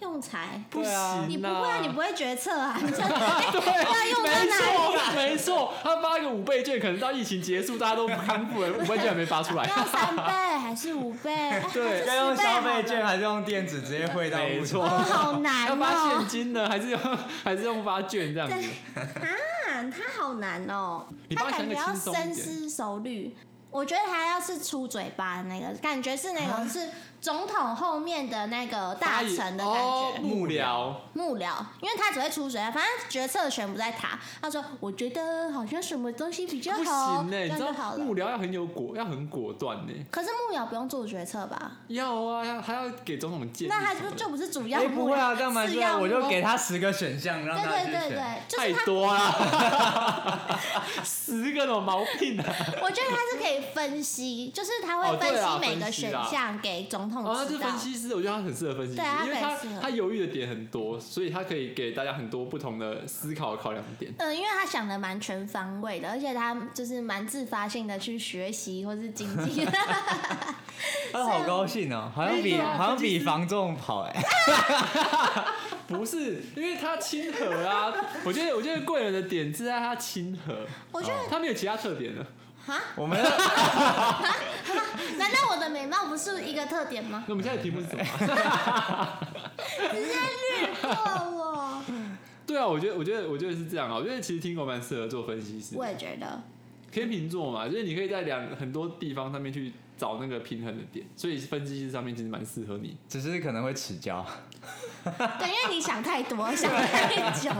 Speaker 3: 用财，
Speaker 1: 不
Speaker 2: 对啊
Speaker 1: 行，
Speaker 3: 你不会啊，你不。会决策啊，你真的
Speaker 2: 哎
Speaker 3: 要啊用在
Speaker 1: 没
Speaker 3: 哪里？啊
Speaker 1: 错，没错，他发一个五倍券，可能到疫情结束，大家都康复了，五倍券还没发 出来。
Speaker 3: 要三倍还是五倍？哎
Speaker 1: 对
Speaker 3: 还是
Speaker 2: 要用
Speaker 3: 十
Speaker 2: 消
Speaker 3: 好了
Speaker 2: 费券还是用电子直接汇到？
Speaker 1: 没错
Speaker 3: 哦，好 难
Speaker 1: 要发现
Speaker 3: 哦！
Speaker 1: 金呢，还是用还是用发券这样子？
Speaker 3: 啊，他好难哦，
Speaker 1: 你帮
Speaker 3: 他
Speaker 1: 我想
Speaker 3: 感
Speaker 1: 一
Speaker 3: 觉
Speaker 1: 个
Speaker 3: 要
Speaker 1: 轻松一点
Speaker 3: 深思熟虑。我觉得他要是出嘴巴的那个，感觉是那
Speaker 1: 啊
Speaker 3: 种是总统后面的那个大臣的感
Speaker 1: 哦
Speaker 3: 觉，
Speaker 1: 幕僚。
Speaker 3: 幕僚，因为他只会出嘴巴，反正决策权不在他。他说：“我觉得好像什么东西比较
Speaker 1: 不
Speaker 3: 好，
Speaker 1: 行呢、欸
Speaker 3: 这
Speaker 1: 你
Speaker 3: 样
Speaker 1: 知
Speaker 3: 就好
Speaker 1: 道
Speaker 3: 了。
Speaker 1: 幕僚要很有果，要很果断呢、”欸
Speaker 3: 可是幕僚不用做决策吧？
Speaker 1: 要啊，要还要给总统建议什
Speaker 3: 那
Speaker 1: 么的。
Speaker 3: 他就就不是主要
Speaker 2: 哎，
Speaker 3: 幕僚，
Speaker 2: 不会啊，干嘛
Speaker 3: 次
Speaker 2: 这
Speaker 3: 要
Speaker 2: 样？
Speaker 3: 幕
Speaker 2: 我就给他十个选项让
Speaker 3: 对
Speaker 2: 他去
Speaker 3: 对对
Speaker 2: 选。
Speaker 3: 对，就
Speaker 1: 太
Speaker 3: 是他，
Speaker 1: 多啊了， 十个有毛病 啊！
Speaker 3: 我觉得他是可以分析，就是他
Speaker 1: 哦
Speaker 3: 会分
Speaker 1: 对啊
Speaker 3: 析每个
Speaker 1: 分析
Speaker 3: 选
Speaker 1: 啦
Speaker 3: 项给总统
Speaker 1: 哦，那
Speaker 3: 知
Speaker 1: 这
Speaker 3: 道
Speaker 1: 分。析师，我觉得他很适合分析师，
Speaker 3: 对啊
Speaker 1: 因为
Speaker 3: 他
Speaker 1: 他
Speaker 3: 很适合
Speaker 1: 他犹豫的点很多，所以他可以给大家很多不同的思考考量点。
Speaker 3: 嗯，因为他想的蛮全方位的，而且他就是蛮自发性的去学习或是经济。
Speaker 2: 他好高兴哦，好像比
Speaker 1: 对啊
Speaker 2: 好像比
Speaker 1: 分析师
Speaker 2: 房仲好 哎。
Speaker 1: 不是，因为他亲和 啊，我觉得我觉得贵人的点是在他亲和，
Speaker 3: 我觉得
Speaker 1: 他没有其他特点了。
Speaker 3: 哈，
Speaker 2: 我们
Speaker 3: 难道我的美貌不是一个特点吗？
Speaker 1: 那我们现在的题目是什么啊？
Speaker 3: 直接略过我。
Speaker 1: 对啊，我觉得我觉得我觉得是这样啊，我觉得其实听狗蛮适合做分析师的。
Speaker 3: 我也觉得，
Speaker 1: 天秤座嘛，就是你可以在两很多地方上面去找那个平衡的点，所以分析师上面其实蛮适合你。
Speaker 2: 只是可能会迟交。
Speaker 3: 对，因为你想太多，想太久，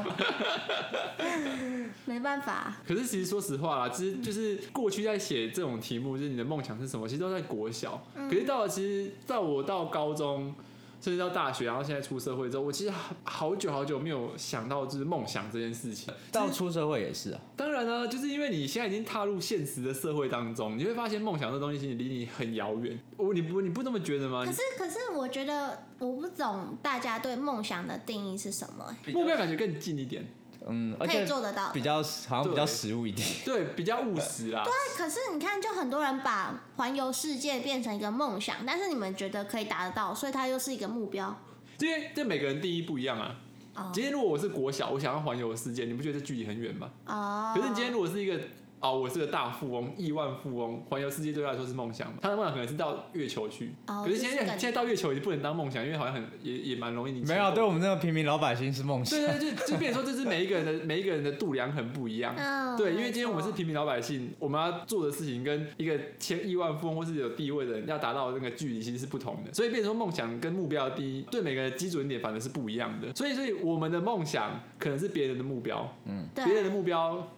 Speaker 3: 没办法。
Speaker 1: 可是其实说实话啦，其
Speaker 3: 嗯
Speaker 1: 实就是过去在写这种题目，就是你的梦想是什么，其实都在国小。
Speaker 3: 嗯
Speaker 1: 可是到了其实到我到高中，甚至到大学，然后现在出社会之后，我其实好久好久没有想到就是梦想这件事情。
Speaker 2: 到出社会也是啊，
Speaker 1: 当然呢，就是因为你现在已经踏入现实的社会当中，你会发现梦想这东西其实离你很遥远。我你不你不这么觉得吗
Speaker 3: 可？是，可是我觉得我不懂大家对梦想的定义是什么、欸
Speaker 1: 目标感觉更近一点。
Speaker 2: 嗯，而
Speaker 3: 可以
Speaker 2: 且
Speaker 3: 做得到
Speaker 2: 比。较好像比较实务一点。
Speaker 1: 对，比较务实啦。
Speaker 3: 那可是你看，就很多人把环游世界变成一个梦想，但是你们觉得可以达得到，所以它又是一个目标。
Speaker 1: 因为这每个人定义不一样啊。
Speaker 3: 哦
Speaker 1: 今天如果我是国小，我想要环游世界，你不觉得这距离很远吗？
Speaker 3: 哦，
Speaker 1: 可是你今天如果是一个哦，我是个大富翁、亿万富翁，环游世界对他来说是梦想嘛？他的梦想可能是到月球去，
Speaker 3: 哦
Speaker 1: 可是现
Speaker 3: 就是
Speaker 1: 在
Speaker 3: 感觉
Speaker 1: 现在到月球也不能当梦想，因为好像很也也蛮容易你
Speaker 2: 没有，对我
Speaker 1: 们
Speaker 2: 们这种平民老百姓是梦想。
Speaker 1: 对对对，就变成说这是每一个人的 每一个人的度量衡不一样。
Speaker 3: 嗯
Speaker 1: 对，因为今天我们是
Speaker 3: 没错
Speaker 1: 平民老百姓，我们要做的事情跟一个千亿万富翁或是有地位的人要达到的那个距离其实是不同的，所以变成说梦想跟目标的定义对每个人的基准点反而是不一样的。所以，所以我们的梦想可能是别人的目标，别人的
Speaker 3: 嗯对，啊
Speaker 1: 目标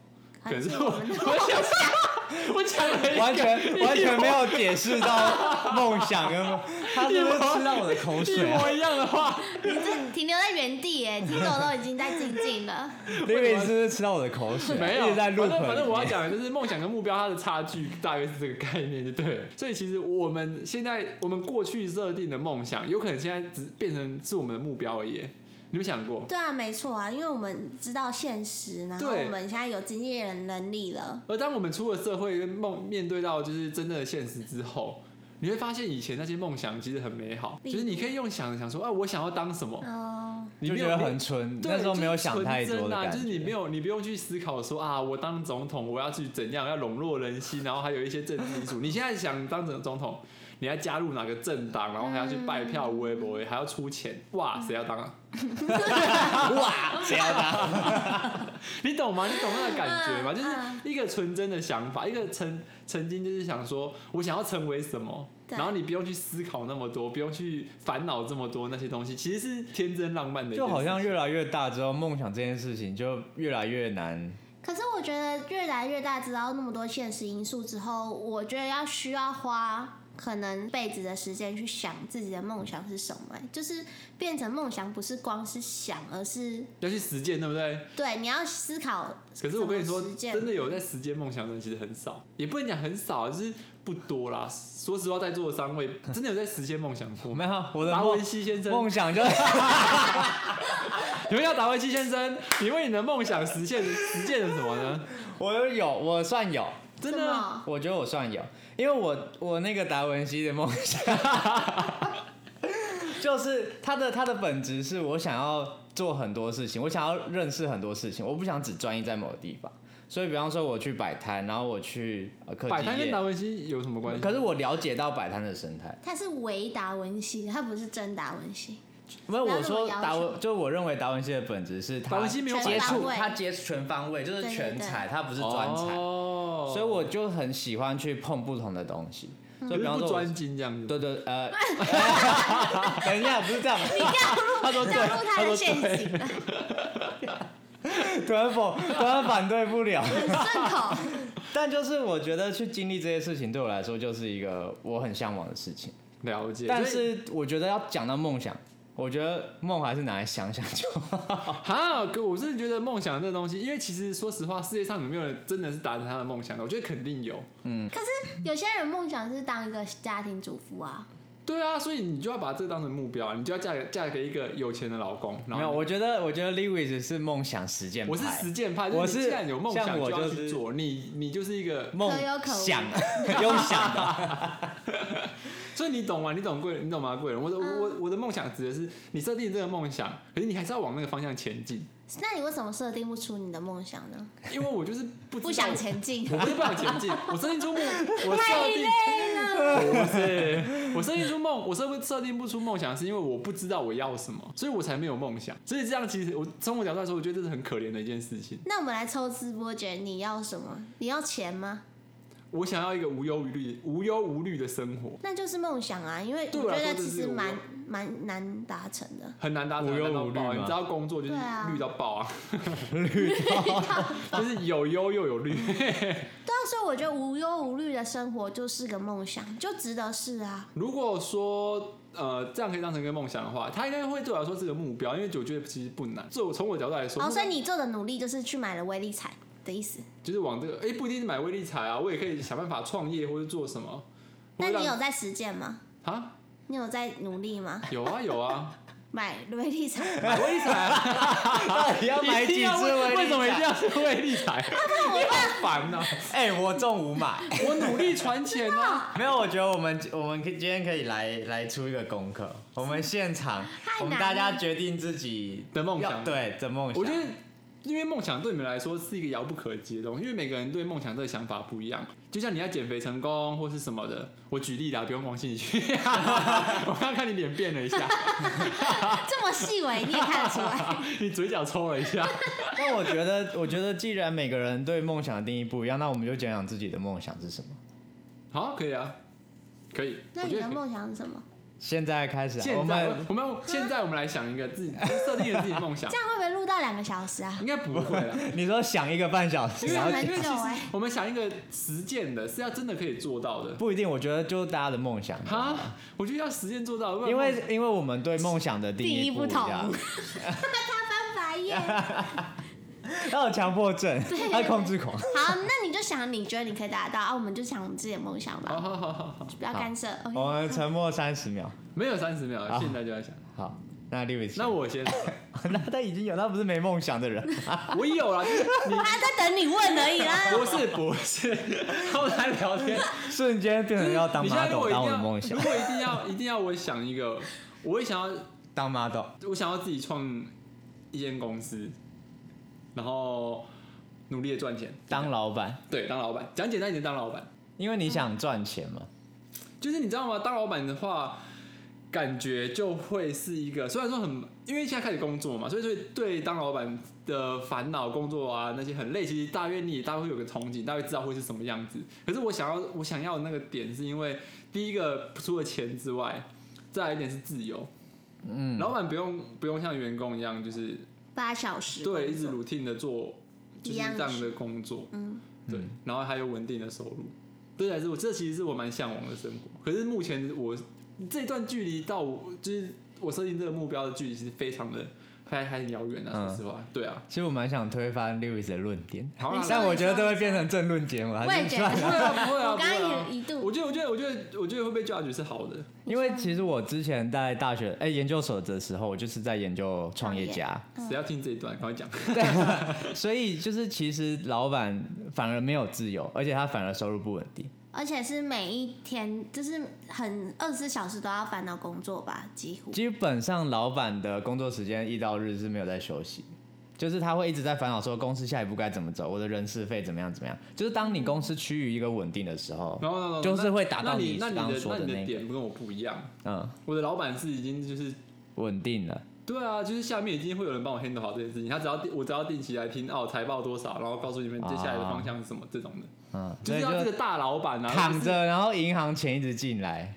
Speaker 1: 可能是
Speaker 3: 还
Speaker 1: 我，
Speaker 3: 们的
Speaker 1: 我想
Speaker 3: 梦想
Speaker 1: 我讲啊 了一个
Speaker 2: 完全完全没有解释到梦想跟梦，他是不是吃到我的口
Speaker 1: 一
Speaker 2: 水啊
Speaker 1: 模一样的话，
Speaker 3: 你这停留在原地耶，听懂都已经在静静了。
Speaker 2: ？David 是不是吃到我的口水啊？
Speaker 1: 没有
Speaker 2: 一直在 l
Speaker 1: 反
Speaker 2: o
Speaker 1: 正反正我要讲的就是梦想跟目标它的差距大约是这个概念，就 对了。所以其实我们现在我们过去设定的梦想，有可能现在只变成是我们的目标而已。你有没有想过？
Speaker 3: 对啊，没错啊，因为我们知道现实，然后
Speaker 1: 对
Speaker 3: 我们现在有经纪人能力了。
Speaker 1: 而当我们出了社会，跟梦面对到就是真正的现实之后，你会发现以前那些梦想其实很美好，
Speaker 3: 例
Speaker 1: 就
Speaker 3: 如
Speaker 1: 是你可以用想想说，啊，我想要当什么，
Speaker 3: 哦，
Speaker 1: 你
Speaker 2: 就
Speaker 1: 没
Speaker 2: 觉
Speaker 1: 有
Speaker 2: 得很纯，
Speaker 1: 对
Speaker 2: 那时候没有
Speaker 1: 就是
Speaker 2: 想太多
Speaker 1: 纯
Speaker 2: 的
Speaker 1: 真啊
Speaker 2: 感觉。
Speaker 1: 就是你没有，你不用去思考说啊，我当总统我要去怎样，要笼络人心，然后还有一些政治因素。你现在想当总总统，你还加入哪个政党，然后还要去
Speaker 3: 嗯
Speaker 1: 拜票、微博，还要出钱，哇，谁要当啊？
Speaker 2: 哇，啊谁要当？
Speaker 1: 你懂吗？你懂那个感觉吗？
Speaker 3: 嗯嗯
Speaker 1: 就是一个纯真的想法，一个曾曾经就是想说我想要成为什么，
Speaker 3: 对
Speaker 1: 然后你不用去思考那么多，不用去烦恼这么多那些东西，其实是天真浪漫的一件
Speaker 2: 就
Speaker 1: 事情，
Speaker 2: 好像越来越大之后，梦想这件事情就越来越难。
Speaker 3: 可是我觉得越来越大，知道那么多现实因素之后，我觉得要需要花可能辈子的时间去想自己的梦想是什么、欸就是变成梦想不是光是想，而是
Speaker 1: 要去实践，对不对？
Speaker 3: 对你要思考。
Speaker 1: 可是我跟你说
Speaker 3: 怎么实，践
Speaker 1: 真的有在实践梦想的人其实很少，也不能讲很少，啊就是不多啦。说实话，在座的三 位真的有在实现梦想过
Speaker 2: 没
Speaker 1: 吗？
Speaker 2: 有，我的
Speaker 1: 达
Speaker 2: 梦
Speaker 1: 文 西先生，
Speaker 2: 梦想就
Speaker 1: 你们要达文西先生，你为你的梦想实现实践了什么呢？
Speaker 2: 我有，我算有，
Speaker 1: 真的
Speaker 3: 什
Speaker 1: 啊，
Speaker 3: 么
Speaker 2: 我觉得我算有，因为我我那个达文西的梦想，就是他的他的本质是我想要做很多事情，我想要认识很多事情，我不想只专一在某个地方。所以，比方说我去摆摊，然后我去呃科
Speaker 1: 摆
Speaker 2: 技
Speaker 1: 摊跟
Speaker 2: 业
Speaker 1: 达，文西有什么关系？
Speaker 2: 可是我了解到摆摊的生态。
Speaker 3: 他是维达文西，他不是真达文 西。
Speaker 2: 没有，
Speaker 3: 不要
Speaker 2: 我
Speaker 3: 那么
Speaker 2: 说
Speaker 3: 要
Speaker 2: 达
Speaker 3: 求
Speaker 2: 文，就我认为达文西的本质是他
Speaker 1: 达文西没有
Speaker 3: 全
Speaker 2: 接
Speaker 1: 摆摊
Speaker 3: 方
Speaker 2: 触，
Speaker 3: 位
Speaker 2: 他接触全方位，就是
Speaker 3: 对对
Speaker 2: 全才，
Speaker 3: 对
Speaker 2: 他不是专才，
Speaker 1: 哦，
Speaker 2: 所以我就很喜欢去碰不同的东西。所以，
Speaker 1: 就
Speaker 2: 比
Speaker 1: 是
Speaker 2: 方
Speaker 1: 不
Speaker 2: 说我，
Speaker 1: 专精这样子。
Speaker 2: 对对呃，等一下，不是这样，
Speaker 1: 啊
Speaker 2: 他说
Speaker 3: 掉入他的
Speaker 2: 对，
Speaker 3: 陷阱了，
Speaker 2: 突然否，突然反对不了。
Speaker 3: 很顺口。
Speaker 2: 但就是我觉得去经历这些事情，对我来说就是一个我很向往的事情。
Speaker 1: 了解。
Speaker 2: 但
Speaker 1: 所以
Speaker 2: 是我觉得要讲到梦想，我觉得梦还是拿来想想就
Speaker 1: 哈，可我真的觉得梦想这东西，因为其实说实话，世界上有没有人真的是达成他的梦想的？我觉得肯定有。
Speaker 3: 有些人梦想是当一个家庭主妇啊，
Speaker 1: 对啊，所以你就要把这个当成目标啊，你就要嫁给嫁给一个有钱的老公。 然
Speaker 2: 没有，
Speaker 1: 后
Speaker 2: 我觉得，我觉得 Lewis 是梦想实践派，
Speaker 1: 我是实践派，
Speaker 2: 我
Speaker 1: 就是你既然有梦想，
Speaker 2: 像我
Speaker 1: 要
Speaker 2: 就是
Speaker 1: 去做。你你就是一个，
Speaker 2: 梦
Speaker 3: 可有可 无
Speaker 2: 想用想的，
Speaker 1: 所以你懂吗？你懂贵人，你懂吗？贵人，我的、
Speaker 3: 嗯
Speaker 1: 我我的梦想指的是你设定这个梦想，可是你还是要往那个方向前进，
Speaker 3: 那你为什么设定不出你的梦想呢？
Speaker 1: 因为我就是不知道
Speaker 3: 不想，前进
Speaker 1: 我，不是不想前 进，我设定出梦，我
Speaker 3: 太
Speaker 1: 设定
Speaker 3: 累了。
Speaker 1: 不是，我设定出梦，我设不设定不出梦想，是因为我不知道我要什么，所以我才没有梦想。所以这样其实我从我角度来说，我觉得这是很可怜的一件事情。
Speaker 3: 那我们来抽丝剥茧，你要什么？你要钱吗？
Speaker 1: 我想要一个无忧无虑、无忧无虑的生活，
Speaker 3: 那就是梦想啊，因为
Speaker 1: 对我
Speaker 3: 我
Speaker 1: 来
Speaker 3: 觉
Speaker 1: 说
Speaker 3: 得
Speaker 1: 这
Speaker 3: 其
Speaker 1: 是
Speaker 3: 实
Speaker 1: 我
Speaker 3: 蛮蛮难达成的。
Speaker 1: 很难达成
Speaker 2: 无忧
Speaker 1: 难到
Speaker 2: 无虑
Speaker 1: 爆
Speaker 2: 吗
Speaker 1: 你知道工作就是
Speaker 3: 对啊
Speaker 1: 绿到爆 啊， 绿到就是有忧又有虑。
Speaker 3: 对啊，所以我觉得无忧无虑的生活就是个梦想，就值得是啊。
Speaker 1: 如果说呃这样可以当成一个梦想的话，它应该会对我来说是个目标，因为我觉得其实不难。就从我角度来说，
Speaker 3: 哦，
Speaker 1: 目
Speaker 3: 所以你做的努力就是去买了威力彩的意思。
Speaker 1: 就是往这个，哎、不一定是买微利财啊，我也可以想办法创业或者做什么。
Speaker 3: 那
Speaker 1: 或
Speaker 3: 你
Speaker 1: 者
Speaker 3: 有
Speaker 1: 让
Speaker 3: 在实践吗？
Speaker 1: 啊？
Speaker 3: 你有在努力吗？
Speaker 1: 有啊有啊，
Speaker 3: 买威力彩，
Speaker 1: 买 微利财啊！
Speaker 2: 到底 要买几
Speaker 1: 一定
Speaker 2: 只
Speaker 1: 要为
Speaker 2: 威力
Speaker 1: 为什么一定
Speaker 2: 彩？
Speaker 1: 要是微利 财？你好烦呐！
Speaker 2: 哎，我中五买，
Speaker 1: 我努力存钱啊！
Speaker 2: 没有，我觉得我们我们可以今天可以来来出一个功课，我们现场
Speaker 3: 太难了
Speaker 2: 我们大家决定自己
Speaker 1: 的梦想
Speaker 2: 要对的梦想，
Speaker 1: 我觉得。因为梦想对你们来说是一个遥不可及的东西，因为每个人对梦想这个想法不一样。就像你要减肥成功或是什么的，我举例啦，不用往心里 去。我刚看你脸变了一下，
Speaker 3: 这么细微你也看得出来。
Speaker 1: 你嘴角抽了一下。
Speaker 2: 那我觉得，我觉得既然每个人对梦想的定义不一样，那我们就讲讲自己的梦想是什么。
Speaker 1: 好，可以啊，可以。
Speaker 3: 那
Speaker 1: 我
Speaker 3: 你
Speaker 1: 觉
Speaker 3: 的
Speaker 1: 得可以
Speaker 3: 梦想是什么？
Speaker 2: 现在开始啊、我
Speaker 1: 现在
Speaker 2: 们
Speaker 1: 我们现在我们来想一个 自己设定了自己的梦想
Speaker 3: 这，样会不会录到两个小时 啊？
Speaker 1: 应该不会 啦。
Speaker 2: 你说想一个半小时，啊
Speaker 3: 其实
Speaker 2: 然后
Speaker 3: 很
Speaker 1: 因为其
Speaker 3: 久哎、
Speaker 1: 实我们想一个实践的，是要真的可以做到的。
Speaker 2: 不一定，我觉得就是大家的梦想。
Speaker 1: 哈，我觉得要实践做到，要不然
Speaker 2: 因为因为我们对梦想的定
Speaker 3: 第
Speaker 2: 义
Speaker 3: 一
Speaker 2: 不
Speaker 3: 不
Speaker 2: 一
Speaker 3: 同，
Speaker 2: 样
Speaker 3: 他翻白眼。
Speaker 2: 他有强迫症，他控制狂。
Speaker 3: 好，那你就想你觉得你可以达到啊，我们就想我们自己的梦想
Speaker 1: 好好
Speaker 3: 吧，
Speaker 1: 好好好，
Speaker 3: 不要干涉。哦
Speaker 2: 我
Speaker 3: OK，
Speaker 2: 们沉默三十秒。
Speaker 1: 没有三十秒，
Speaker 2: 好
Speaker 1: 现在就要想。
Speaker 2: 好，那 l e w i
Speaker 1: 那我先，
Speaker 2: 那他已经有，他不是没梦想 的人。
Speaker 1: 我有啦，就是你
Speaker 3: 他在等你问而已啦。
Speaker 1: 不是不 是，他们在聊天。
Speaker 2: 瞬间变成要当
Speaker 1: 你现在如
Speaker 2: model，
Speaker 1: 果一
Speaker 2: 当
Speaker 1: 定
Speaker 2: 我的
Speaker 1: 要，
Speaker 2: 梦 想
Speaker 1: 如，果一定要一定要我想一个，我会想要
Speaker 2: 当 model。
Speaker 1: 我想要自己创一间公司，然后努力的赚钱，
Speaker 2: 当老板，
Speaker 1: 对当老板，讲简单一点，当老板。
Speaker 2: 因为你想赚钱嘛。
Speaker 1: 就是你知道吗？当老板的话，感觉就会是一个虽然说很，因为现在开始工作嘛，所以所以对当老板的烦恼、工作啊那些很累，其实大约你也大概会有个憧憬，大概知道会是什么样子。可是我想要我想要的那个点，是因为第一个除了钱之外，再来一点是自由。
Speaker 2: 嗯，
Speaker 1: 老板不用不用像员工一样，就是
Speaker 3: 八小时，
Speaker 1: 对一直 routine 的做就是
Speaker 3: 一
Speaker 1: 这
Speaker 3: 样的
Speaker 1: 样
Speaker 3: 事
Speaker 1: 的工作，
Speaker 3: 嗯，
Speaker 1: 对
Speaker 2: 嗯，
Speaker 1: 然后还有稳定的收入，这才是我这其实是我蛮向往的生活。可是目前我这段距离到我就是我设定这个目标的距离是非常的还还很遥远啊，
Speaker 2: 嗯啊
Speaker 1: 说实话，对啊。
Speaker 2: 其实我蛮想推翻 Lewis 的论点，
Speaker 1: 好啦，
Speaker 3: 你
Speaker 2: 但
Speaker 1: 那
Speaker 2: 我觉得这会变成政论节目，
Speaker 3: 我
Speaker 2: 还
Speaker 3: 也
Speaker 2: 是
Speaker 3: 觉得
Speaker 2: 算了。
Speaker 1: 不会啊，不会啊，
Speaker 3: 我刚
Speaker 1: 不会啊
Speaker 3: 刚也一度
Speaker 1: 我觉得，我觉得，我觉得，我觉得会被 judge 是好的，
Speaker 2: 因为其实我之前在大学哎、研究所的时候，我就是在研究创业家，
Speaker 3: 嗯
Speaker 1: 谁要听这一段？赶快讲。
Speaker 2: 所以就是其实老板反而没有自由，而且他反而收入不稳定。
Speaker 3: 而且是每一天就是很二十四小时都要烦恼工作吧，几乎。
Speaker 2: 基本上老板的工作时间一到日是没有在休息，就是他会一直在烦恼说公司下一步该怎么走，我的人事费怎么样怎么样。就是当你公司趋于一个稳定的时候，
Speaker 1: 然后然后，
Speaker 2: 就是会达
Speaker 1: 那
Speaker 2: 到
Speaker 1: 你
Speaker 2: 你
Speaker 1: 那你
Speaker 2: 刚
Speaker 1: 的
Speaker 2: 刚说
Speaker 1: 那
Speaker 2: 的
Speaker 1: 你
Speaker 2: 那
Speaker 1: 的
Speaker 2: 个
Speaker 1: 点跟我不一样，
Speaker 2: 嗯，
Speaker 1: 我的老板是已经就是
Speaker 2: 稳定了。
Speaker 1: 对啊，就是下面已经会有人帮我 handle 好这件事情，他只要定我只要定期来听哦财报多少，然后告诉你们接下来的方向是什么这种的，
Speaker 2: 嗯，
Speaker 1: 就
Speaker 2: 所
Speaker 1: 是
Speaker 2: 以
Speaker 1: 要这
Speaker 2: 就
Speaker 1: 个大老板啊，
Speaker 2: 躺
Speaker 1: 而
Speaker 2: 着，然后银行钱一直进来，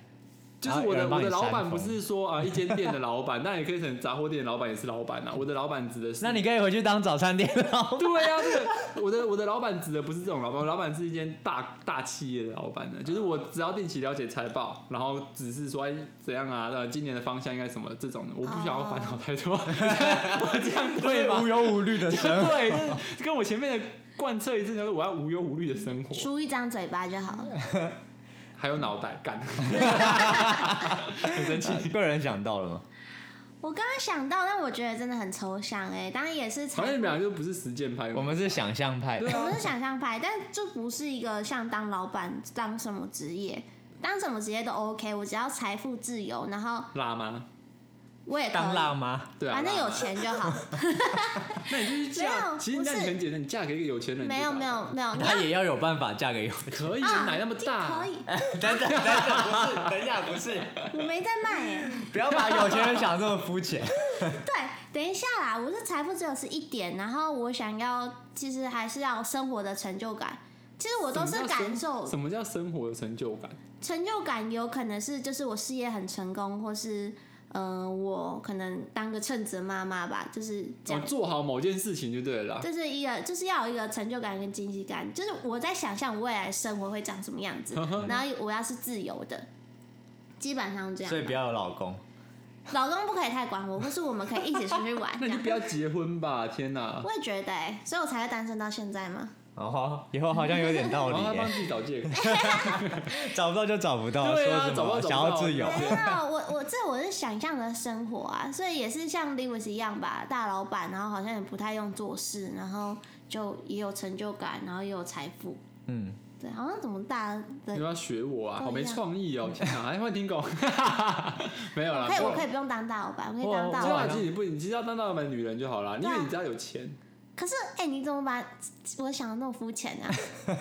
Speaker 1: 不是，就是我的我的老板不是说啊一间店的老板，但也可以成杂货店 的老板也是老板啊，我的老板指的是
Speaker 2: 那你可以回去当早餐店了。
Speaker 1: 对啊，这个我的我的老板指的不是这种老板，我老板是一间大大企业的老板呢，就是我只要定期了解财报，然后只是说哎怎样啊，呃今年的方向应该什么这种的，我不想要烦恼太 多，我这样对吗？
Speaker 2: 无忧无虑的 生活。
Speaker 1: 对，就是跟我前面的贯彻一致，就是我要无忧无虑的生活，
Speaker 3: 出一张嘴巴就好了，
Speaker 1: 还有脑袋干，很生气。
Speaker 2: 个人想到了吗？
Speaker 3: 我刚刚想到，但我觉得真的很抽象哎、当然也是财
Speaker 1: 反正你
Speaker 3: 富
Speaker 1: 们俩就不是实践派，
Speaker 2: 我们是想象派的
Speaker 1: 对，
Speaker 3: 我
Speaker 1: 啊
Speaker 3: 们，是想象派，但这不是一个像当老板、当什么职业、当什么职业都 OK，我只要财富自由，然后
Speaker 1: 辣妈，
Speaker 3: 我也可以
Speaker 2: 当辣妈。
Speaker 1: 对啊，
Speaker 3: 反正
Speaker 1: 辣
Speaker 3: 有
Speaker 1: 妈，
Speaker 3: 钱就好。
Speaker 1: 那你就是
Speaker 3: 没
Speaker 1: 嫁，
Speaker 3: 有
Speaker 1: 其实那
Speaker 3: 不
Speaker 1: 你
Speaker 3: 是
Speaker 1: 很简单，你嫁给一个有钱人，
Speaker 3: 没有没，有没 有，
Speaker 1: 啊
Speaker 3: 你
Speaker 2: 她也要有办法嫁给有。
Speaker 1: 可以，
Speaker 3: 要啊
Speaker 1: 奶那么大
Speaker 3: 可，以，
Speaker 2: 等等等等，不是，等一下不是，
Speaker 3: 我没在卖哎、
Speaker 2: 不要把有钱人想这么肤浅。
Speaker 3: 对，等一下啦，我是财富自由是一点，然后我想要其实还是要生活的成就感。其实我都
Speaker 1: 什
Speaker 3: 是
Speaker 1: 么叫
Speaker 3: 感
Speaker 1: 生
Speaker 3: 受
Speaker 1: 什么叫生活的成就感？
Speaker 3: 成就感有可能是就是我事业很成功，或是嗯、呃我可能当个称职的妈妈吧，就是这
Speaker 1: 哦啊
Speaker 3: 样。
Speaker 1: 做好某件事情就对了啦。
Speaker 3: 就是一个，就是要有一个成就感跟惊喜感，就是我在想象我未来生活会长什么样 子，然后我要是自由的，基本上这
Speaker 2: 所以
Speaker 3: 样。啊
Speaker 2: 不要有老公。
Speaker 3: 老公不可以太管我，或是我们可以一起出去玩
Speaker 1: 那
Speaker 3: 啊这
Speaker 1: 你就
Speaker 3: 样
Speaker 1: 不。要结婚吧，天哪！
Speaker 3: 我也觉得哎、所以我才会单身到现在 嘛。
Speaker 2: 哦，以后好像有点道
Speaker 1: 然
Speaker 2: 理
Speaker 1: 后他帮
Speaker 2: 耶，
Speaker 1: 自己找借口，
Speaker 3: 哎
Speaker 2: 找不到就找不到，
Speaker 1: 对
Speaker 2: 说
Speaker 1: 啊
Speaker 2: 什
Speaker 1: 找不到找
Speaker 2: 么
Speaker 1: 不
Speaker 2: 想要
Speaker 1: 到
Speaker 2: 自由
Speaker 1: 对，
Speaker 3: 没有，我我这我是想象的生活啊，所以也是像 Lewis 一样吧，大老板，然后好像也不太用做事，然后就也有成就感，然后也有财富，
Speaker 2: 嗯，
Speaker 3: 对，好像怎么大家
Speaker 1: 你
Speaker 3: 的。
Speaker 1: 要学我啊，
Speaker 3: 都一样
Speaker 1: 好没创意 哦，天哪！哎，换听狗， 没有啦，
Speaker 3: 可以，
Speaker 1: 不
Speaker 3: 我可以不用当大老板，我可以
Speaker 2: 我
Speaker 3: 当
Speaker 1: 这
Speaker 3: 大
Speaker 1: 样
Speaker 3: 老
Speaker 1: 啊
Speaker 3: 板。
Speaker 1: 其实你不，你其实要当到们女人就好啦，因
Speaker 3: 啊
Speaker 1: 为你只要有钱，
Speaker 3: 可是，哎、你怎么把我想的那么肤浅 啊？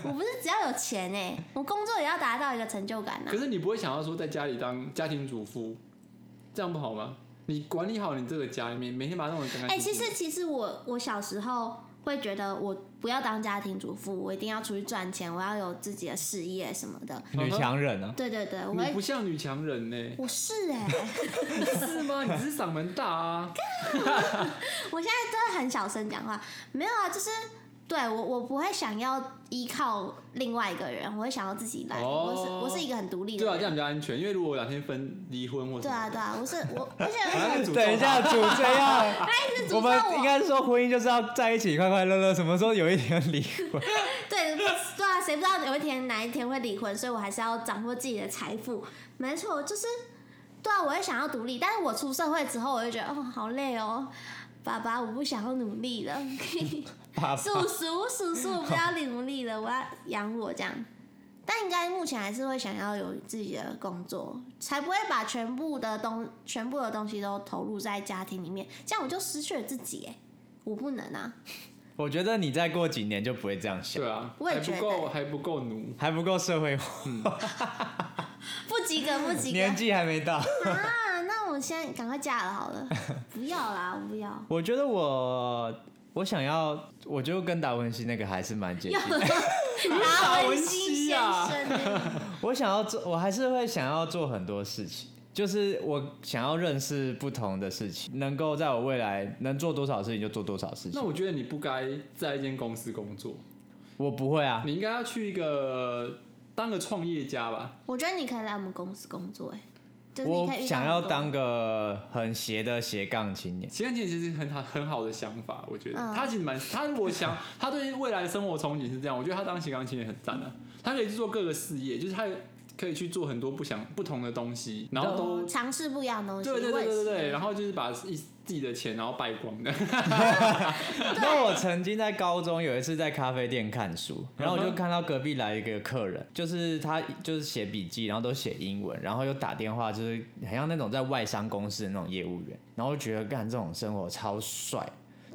Speaker 3: 我不是只要有钱哎、我工作也要达到一个成就感啊呐、
Speaker 1: 可是你不会想要说在家里当家庭主妇，这样不好吗？你管理好你这个家里面，每天把它弄得干干
Speaker 3: 哎、
Speaker 1: 净
Speaker 3: 其
Speaker 1: 净。
Speaker 3: 实其实我我小时候会觉得我不要当家庭主妇，我一定要出去赚钱，我要有自己的事业什么的。
Speaker 2: 女强人啊，
Speaker 3: 对对对，我
Speaker 1: 你
Speaker 3: 会
Speaker 1: 不像女强人呢、
Speaker 3: 我是哎、
Speaker 1: 是吗？你只是嗓门大 啊。
Speaker 3: 我现在真的很小声讲话，没有啊，就是对我我不会想要依靠另外一个人，我会想要自己来。
Speaker 1: 哦
Speaker 3: 我是我是一个很独立的
Speaker 1: 对啊，
Speaker 3: 人。
Speaker 1: 这样比较安全，因为如果两天分离婚或什
Speaker 3: 对
Speaker 1: 么
Speaker 3: 啊
Speaker 1: 的，
Speaker 3: 对啊，我是我，哎 而且而且
Speaker 1: 还在诅咒
Speaker 2: 等一下，主这 样，
Speaker 3: 诅咒
Speaker 2: 我们
Speaker 3: 我
Speaker 2: 应该说婚姻就是要在一起快快乐乐，什么时候有一天 离婚？
Speaker 3: 对对啊，谁不知道有一天哪一天会离婚？所以我还是要掌握自己的财富。没错，就是对啊，我也想要独立，但是我出社会之后，我就觉得哦，好累哦，爸爸，我不想要努力了，
Speaker 2: 爸爸
Speaker 3: 叔叔叔叔，我不要努力了，我要养我这样。但应该目前还是会想要有自己的工作，才不会把全部的东全部的东西都投入在家庭里面，这样我就失去了自己哎，我不能啊。
Speaker 2: 我觉得你再过几年就不会这样想，
Speaker 1: 对啊，
Speaker 3: 我也
Speaker 1: 还
Speaker 3: 觉
Speaker 1: 不
Speaker 3: 得
Speaker 1: 够，还不够奴。
Speaker 2: 还不够社会化，
Speaker 3: 不及格，不及格。
Speaker 2: 年纪还没到。
Speaker 3: 啊，那我现在赶快嫁了好了，不要啦，我不要。
Speaker 2: 我觉得我我想要，我就跟达文西那个还是蛮接近
Speaker 3: 要
Speaker 2: 的。
Speaker 3: 达文西先
Speaker 1: 达
Speaker 3: 生欸呢，
Speaker 2: 我想要做，我还是会想要做很多事情，就是我想要认识不同的事情，能够在我未来能做多少事情就做多少事
Speaker 1: 那
Speaker 2: 情。
Speaker 1: 我觉得你不该在一间公司工作，
Speaker 2: 我不会啊，
Speaker 1: 你应该要去一个当个创业家吧。
Speaker 3: 我觉得你可以来我们公司工作、哎，就是你
Speaker 2: 我
Speaker 3: 可以遇到
Speaker 2: 想要
Speaker 3: 很多
Speaker 2: 当个很斜的斜杠青年。
Speaker 1: 斜杠青年其实很好很好的想法，我觉得、
Speaker 3: 嗯
Speaker 1: 他其实蛮他如果想 他对未来的生活憧憬是这样，我觉得他当斜杠青年很赞啊，他可以去做各个事业，就是他可以去做很多不想不同的东西，然后都
Speaker 3: 尝试不一样的东西，
Speaker 1: 对对对对对
Speaker 3: 我也
Speaker 1: 对，
Speaker 3: 是
Speaker 1: 然后就是把一自己的钱然后败光的，
Speaker 2: 那我曾经在高中有一次在咖啡店看书，然后我
Speaker 1: 嗯
Speaker 2: 就
Speaker 1: 哼
Speaker 2: 看到隔壁来一个客人，就是他就是写笔记，然后都写英文，然后又打电话，就是很像那种在外商公司的那种业务员，然后我觉得干这种生活超帅，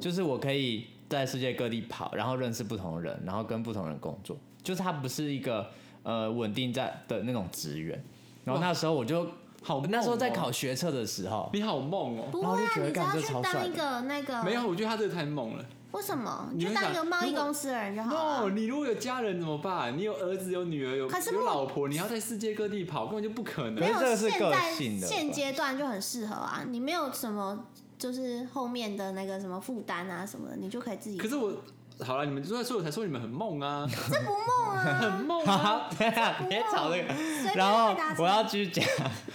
Speaker 2: 就是我可以在世界各地跑，然后认识不同的人，然后跟不同人工作，就是他不是一个呃稳定在的那种职员，然后那时候我就
Speaker 1: 好
Speaker 2: 那时候在
Speaker 1: 梦哦
Speaker 2: 考学测的时候，
Speaker 1: 你好梦哦、
Speaker 3: 不会
Speaker 2: 然后就
Speaker 3: 啊，
Speaker 2: 觉得
Speaker 3: 你只要
Speaker 2: 干这
Speaker 3: 去
Speaker 2: 超帅
Speaker 3: 当
Speaker 2: 的
Speaker 3: 一个那个
Speaker 1: 没有，我觉得他这个太梦了。
Speaker 3: 为什么？
Speaker 1: 你
Speaker 3: 就
Speaker 1: 会
Speaker 3: 当
Speaker 1: 想
Speaker 3: 一个贸易
Speaker 1: 如果
Speaker 3: 公司的人就好
Speaker 1: no，
Speaker 3: 了。
Speaker 1: 你如果有家人怎么办？你有儿子、有女儿、有
Speaker 3: 可是
Speaker 1: 有
Speaker 3: 目
Speaker 1: 老婆，你要在世界各地跑，根本就不可能
Speaker 3: 啊没。
Speaker 2: 可是这个是
Speaker 3: 有，现
Speaker 2: 个
Speaker 3: 在
Speaker 2: 性的
Speaker 3: 现
Speaker 2: 吧
Speaker 3: 阶段就很适合啊，你没有什么就是后面的那个什么负担啊什么的，你就可以自己
Speaker 1: 可。是我好了，你们就在说，我才说你们很梦啊，
Speaker 3: 这不 梦
Speaker 1: 很
Speaker 3: 啊，
Speaker 1: 梦
Speaker 2: 哈
Speaker 1: 啊，
Speaker 2: 哈，等一下 别吵这个。
Speaker 3: 随便
Speaker 2: 然后
Speaker 3: 会达成
Speaker 2: 我要继续讲，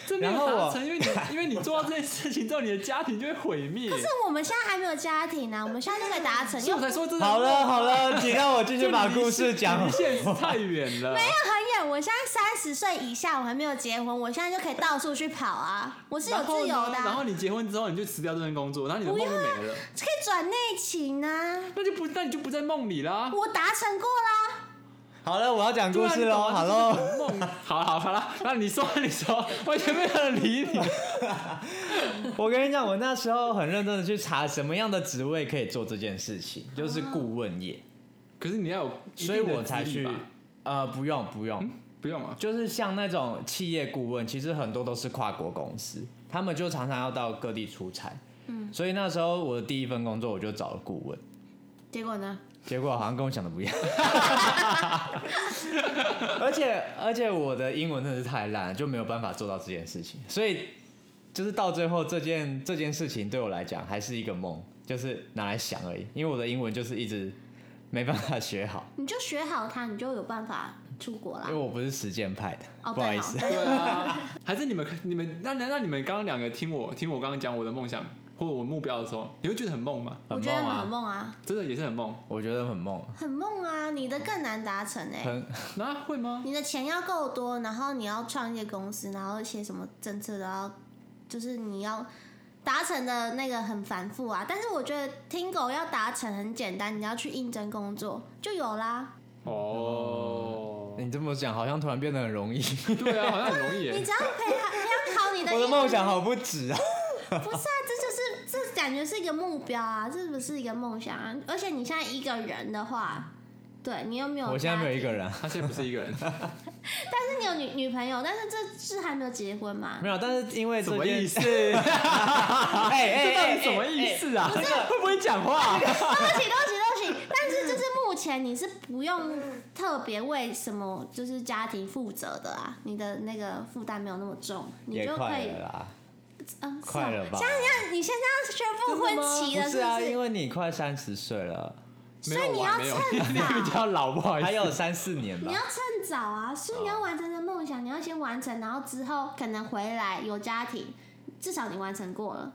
Speaker 1: 这没有
Speaker 2: 然后
Speaker 1: 达
Speaker 2: 我
Speaker 1: 成，因为你因为你做到这件事情之后，你的家庭就会毁灭。
Speaker 3: 可是我们现在还没有家庭啊呢、我们现在就可以 达成，
Speaker 1: 所以
Speaker 3: 又
Speaker 1: 我才说这
Speaker 2: 好了好了，请让我继续把故事讲
Speaker 1: 离
Speaker 2: 完。
Speaker 1: 现实太远了。没有，
Speaker 3: 很远。我现在三十岁以下，我还没有结婚，我现在就可以到处去跑啊，我是有自由的、
Speaker 1: 然后
Speaker 3: 啊，
Speaker 1: 你结婚之后，你就辞掉这份工作，然后你的梦就没了，
Speaker 3: 可以转内勤啊。
Speaker 1: 那就不那你就不在梦里啦。
Speaker 3: 我达成过啦，
Speaker 2: 好了，我要讲故事
Speaker 1: 对啊
Speaker 2: 喽。好喽，，
Speaker 1: 你懂啊就是很梦，好好好了，那你说你说，完全没有人理你。
Speaker 2: 我跟你讲，我那时候很认真的去查什么样的职位可以做这件事情，就是顾问业，
Speaker 1: 可是你要有啊一定
Speaker 2: 所
Speaker 1: 的
Speaker 2: 以
Speaker 1: 资历吧，
Speaker 2: 我才去。呃，不用不用，
Speaker 1: 不用啊，
Speaker 2: 就是像那种企业顾问，其实很多都是跨国公司，他们就常常要到各地出差。嗯，所以那时候我的第一份工作我就找了顾问，
Speaker 3: 结果呢？
Speaker 2: 结果好像跟我想的 不一样，而且而且我的英文真的是太烂了，就没有办法做到这件事情，所以就是到最后这件这件事情对我来讲还是一个梦，就是拿来想而已，因为我的英文就是一直没办法学好，
Speaker 3: 你就学好它，你就有办法出国啦
Speaker 2: 因为。我不是实践派的，
Speaker 3: 哦，
Speaker 2: 不好意思，
Speaker 3: 对哦，
Speaker 1: 对啊，还是你们你们那那那你们刚刚两个听我听我刚刚讲我的梦想或者我目标的时候，你会觉得很梦吗？
Speaker 3: 对我
Speaker 2: 很
Speaker 3: 觉得
Speaker 2: 梦
Speaker 3: 很
Speaker 2: 啊，
Speaker 3: 梦啊，
Speaker 1: 真的也是很梦，
Speaker 2: 我觉得很梦，
Speaker 3: 很梦啊，你的更难达成哎、
Speaker 2: 很
Speaker 1: 那会吗？
Speaker 3: 你的钱要够多，然后你要创业公司，然后一些什么政策都要，就是你要达成的那个很繁复啊。但是我觉得听狗要达成很简单，你要去应征工作就有啦。
Speaker 1: 哦，
Speaker 2: 你这么讲好像突然变得很容 易，
Speaker 1: 对啊，好像很容易
Speaker 3: 你
Speaker 1: 耶。
Speaker 3: 只要培养培养好你的，
Speaker 2: 我的梦想好不值啊，
Speaker 3: 不是啊，这就是这感觉是一个目标啊，这不是一个梦想啊。而且你现在一个人的话，对你又没有，
Speaker 2: 我现在没有一个
Speaker 3: 人，
Speaker 2: 人、啊。
Speaker 1: 他现在不是一个人，
Speaker 3: 但是你有女女朋友，但是这是还没有结婚嘛
Speaker 2: 没。有，但是因为
Speaker 1: 什
Speaker 2: 这
Speaker 1: 么
Speaker 2: 件
Speaker 1: 意思？
Speaker 2: 哎哎
Speaker 1: 这到
Speaker 2: 哎
Speaker 1: 底什么意思啊？
Speaker 2: 哎哎哎
Speaker 1: 会不会讲话？
Speaker 3: 对不起，对不起，对不起，目前你是不用特别为什么就是家庭负责的啊，你的那个负担没有那么重，你
Speaker 2: 也
Speaker 3: 就可
Speaker 2: 快
Speaker 3: 以
Speaker 2: 了啦，
Speaker 3: 嗯，是
Speaker 2: 快
Speaker 3: 啊
Speaker 2: 了吧
Speaker 3: 现在要你现在要宣布婚期了，
Speaker 2: 不
Speaker 3: 是
Speaker 2: 是啊，因
Speaker 3: 不
Speaker 2: 为你快三十岁了，
Speaker 3: 是？所以你 要
Speaker 1: 没有我还
Speaker 3: 趁
Speaker 1: 没有
Speaker 3: 早
Speaker 1: 比。较老，不好意思
Speaker 2: 还。有三四年吧
Speaker 3: 你要。趁早啊！所以你要完成的梦想，你要先完成，然后之后可能回来有家庭，至少你完成过了。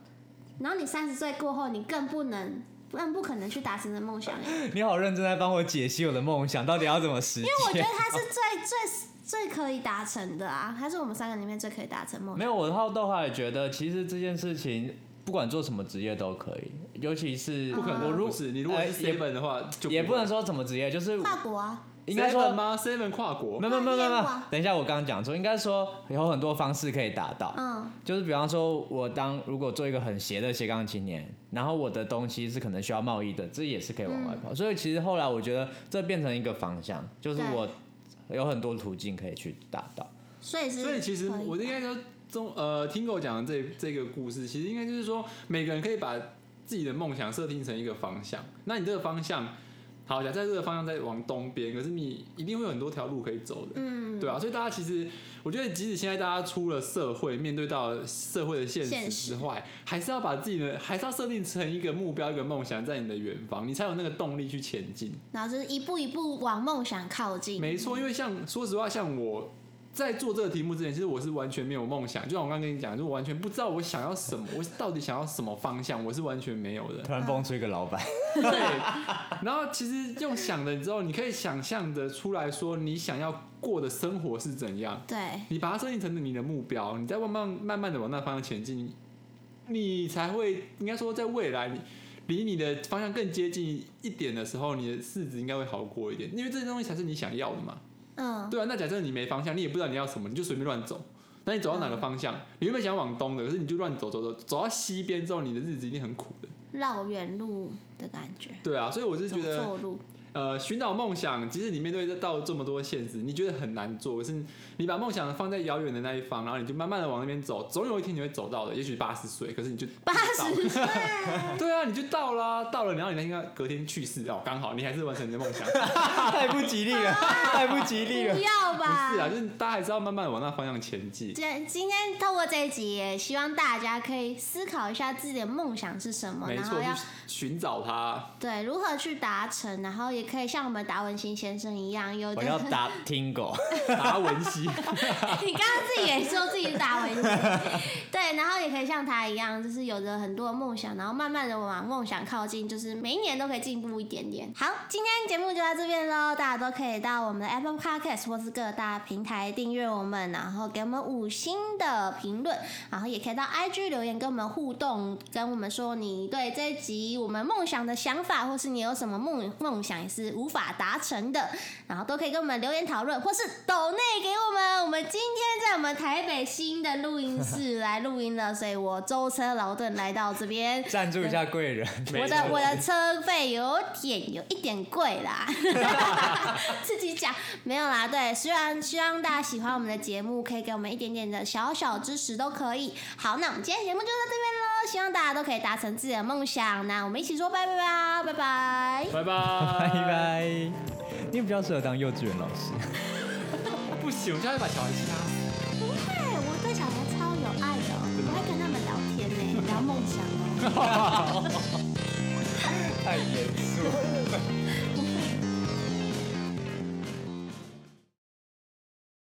Speaker 3: 然后你三十岁过后，你更不能，更不可能去达成的梦想欸。因
Speaker 2: 你好认真在帮我解析我的梦想，到底要怎么实现？
Speaker 3: 为我觉得它是最最最可以达成的啊，它是我们三个里面最可以达成梦 想。
Speaker 2: 没有，我到豆花也觉得，其实这件事情不管做什么职业都可以，尤其是
Speaker 1: 不可
Speaker 2: 我
Speaker 1: 能，
Speaker 2: 如
Speaker 1: 不是你如果
Speaker 2: 哎
Speaker 1: 是
Speaker 2: 也
Speaker 1: seven 的话，就
Speaker 2: 也不能
Speaker 1: 会
Speaker 2: 说什么职业，就是
Speaker 3: 跨国啊，
Speaker 2: 应该说
Speaker 1: 7-Eleven 吗？seven 跨国
Speaker 2: 没有没有没有没有没有
Speaker 3: 跨业务啊，
Speaker 2: 等一下我刚刚讲错，应该说有很多方式可以达到。
Speaker 3: 嗯，
Speaker 2: 就是比方说，我当如果做一个很斜的斜杠青年，然后我的东西是可能需要贸易的，这也是可以往外
Speaker 3: 嗯
Speaker 2: 跑。所以其实后来我觉得这变成一个方向，就是
Speaker 3: 对
Speaker 2: 我有很多途径可以去达到。
Speaker 3: 所以是
Speaker 1: 所以其实
Speaker 3: 可以
Speaker 1: 我应该说中呃，听狗讲的这这个故事，其实应该就是说，每个人可以把自己的梦想设定成一个方向。那你这个方向，好，假设这个方向在往东边，可是你一定会有很多条路可以走的。
Speaker 3: 嗯，
Speaker 1: 对啊，所以大家其实，我觉得即使现在大家出了社会，面对到社会的现
Speaker 3: 现
Speaker 1: 实
Speaker 3: 实
Speaker 1: 之外，还是要把自己的，还是要设定成一个目标、一个梦想，在你的远方，你才有那个动力去前进。
Speaker 3: 然后就是一步一步往梦想靠近。
Speaker 1: 没错，因为像说实话，像我在做这个题目之前，其实我是完全没有梦想，就像我刚刚跟你讲，就我完全不知道我想要什么，我到底想要什么方向，我是完全没 有的。
Speaker 2: 突然蹦出一个老板，
Speaker 1: 对，然后其实用想的之后，你可以想象的出来说，你想要过的生活是怎样，
Speaker 3: 对，
Speaker 1: 你把它设定成你的目标，你再慢慢慢慢的往那方向前进，你才会应该说在未来你。离你的方向更接近一点的时候，你的日子应该会好过一点，因为这些东西才是你想要的嘛。
Speaker 3: 嗯，
Speaker 1: 对啊，那假设你没方向，你也不知道你要什么，你就随便乱走。那你走到哪
Speaker 3: 嗯
Speaker 1: 个方向？你原本想往东的，可是你就乱走走走，走到西边之后，你的日子一定很苦的。
Speaker 3: 绕远路的感觉，
Speaker 1: 对啊，所以我是
Speaker 3: 走
Speaker 1: 觉得，
Speaker 3: 错路。
Speaker 1: 呃，寻找梦想，即使你面对到这么多限制，你觉得很难做，可是你把梦想放在遥远的那一方，然后你就慢慢的往那边走，总有一天你会走到的。也许八十岁，可是你就
Speaker 3: 八十岁，
Speaker 1: 对啊，你就到啦，到了，然后你应该隔天去世哦，刚好你还是完成你的梦 想。
Speaker 2: 啊太不吉利了，
Speaker 3: 啊
Speaker 2: 太不吉利
Speaker 3: 不
Speaker 2: 了。
Speaker 3: 要吧？
Speaker 1: 不是啊，就是大家还是要慢慢地往那方向前进。
Speaker 3: 今今天透过这一集，也希望大家可以思考一下自己的梦想是什么，
Speaker 1: 没
Speaker 3: 哦然
Speaker 1: 错，
Speaker 3: 后要
Speaker 1: 去寻找它。
Speaker 3: 对如何去达成，然后也可以像我们达文西先生一样，有
Speaker 2: 我
Speaker 3: 的
Speaker 2: 要打听狗，
Speaker 1: 达文西，
Speaker 3: 你刚刚自己也说自己是达文西，对，然后也可以像他一样，就是有着很多的梦想，然后慢慢的往梦想靠近，就是每一年都可以进步一点点。好，今天节目就到这边喽，大家都可以到我们的 Apple Podcast 或是各大平台订阅我们，然后给我们五星的评论，然后也可以到 IG 留言跟我们互动，跟我们说你对这一集我们梦想的想法，或是你有什么梦梦想也是无法达成的，然后都可以跟我们留言讨论，或是抖内给我们。我们今天在我们台北新的录音室来录音了，所以我舟车劳顿来到这边。
Speaker 2: 赞助一下贵人。
Speaker 3: 我的我的车费有点有一点贵啦，自己讲没有啦。对，虽然希望大家喜欢我们的节目，可以给我们一点点的小小支持都可以。好，那我们今天节目就到这边喽，希望大家都可以达成自己的梦想。那我们一起说拜拜吧，拜拜。
Speaker 1: 拜拜
Speaker 2: 拜。拜。你比较适合当幼稚园老 师。
Speaker 1: 不行，我现在把小孩气他死。
Speaker 3: 不会，我对小孩超有爱的，我还跟他们聊天呢、聊梦想哦。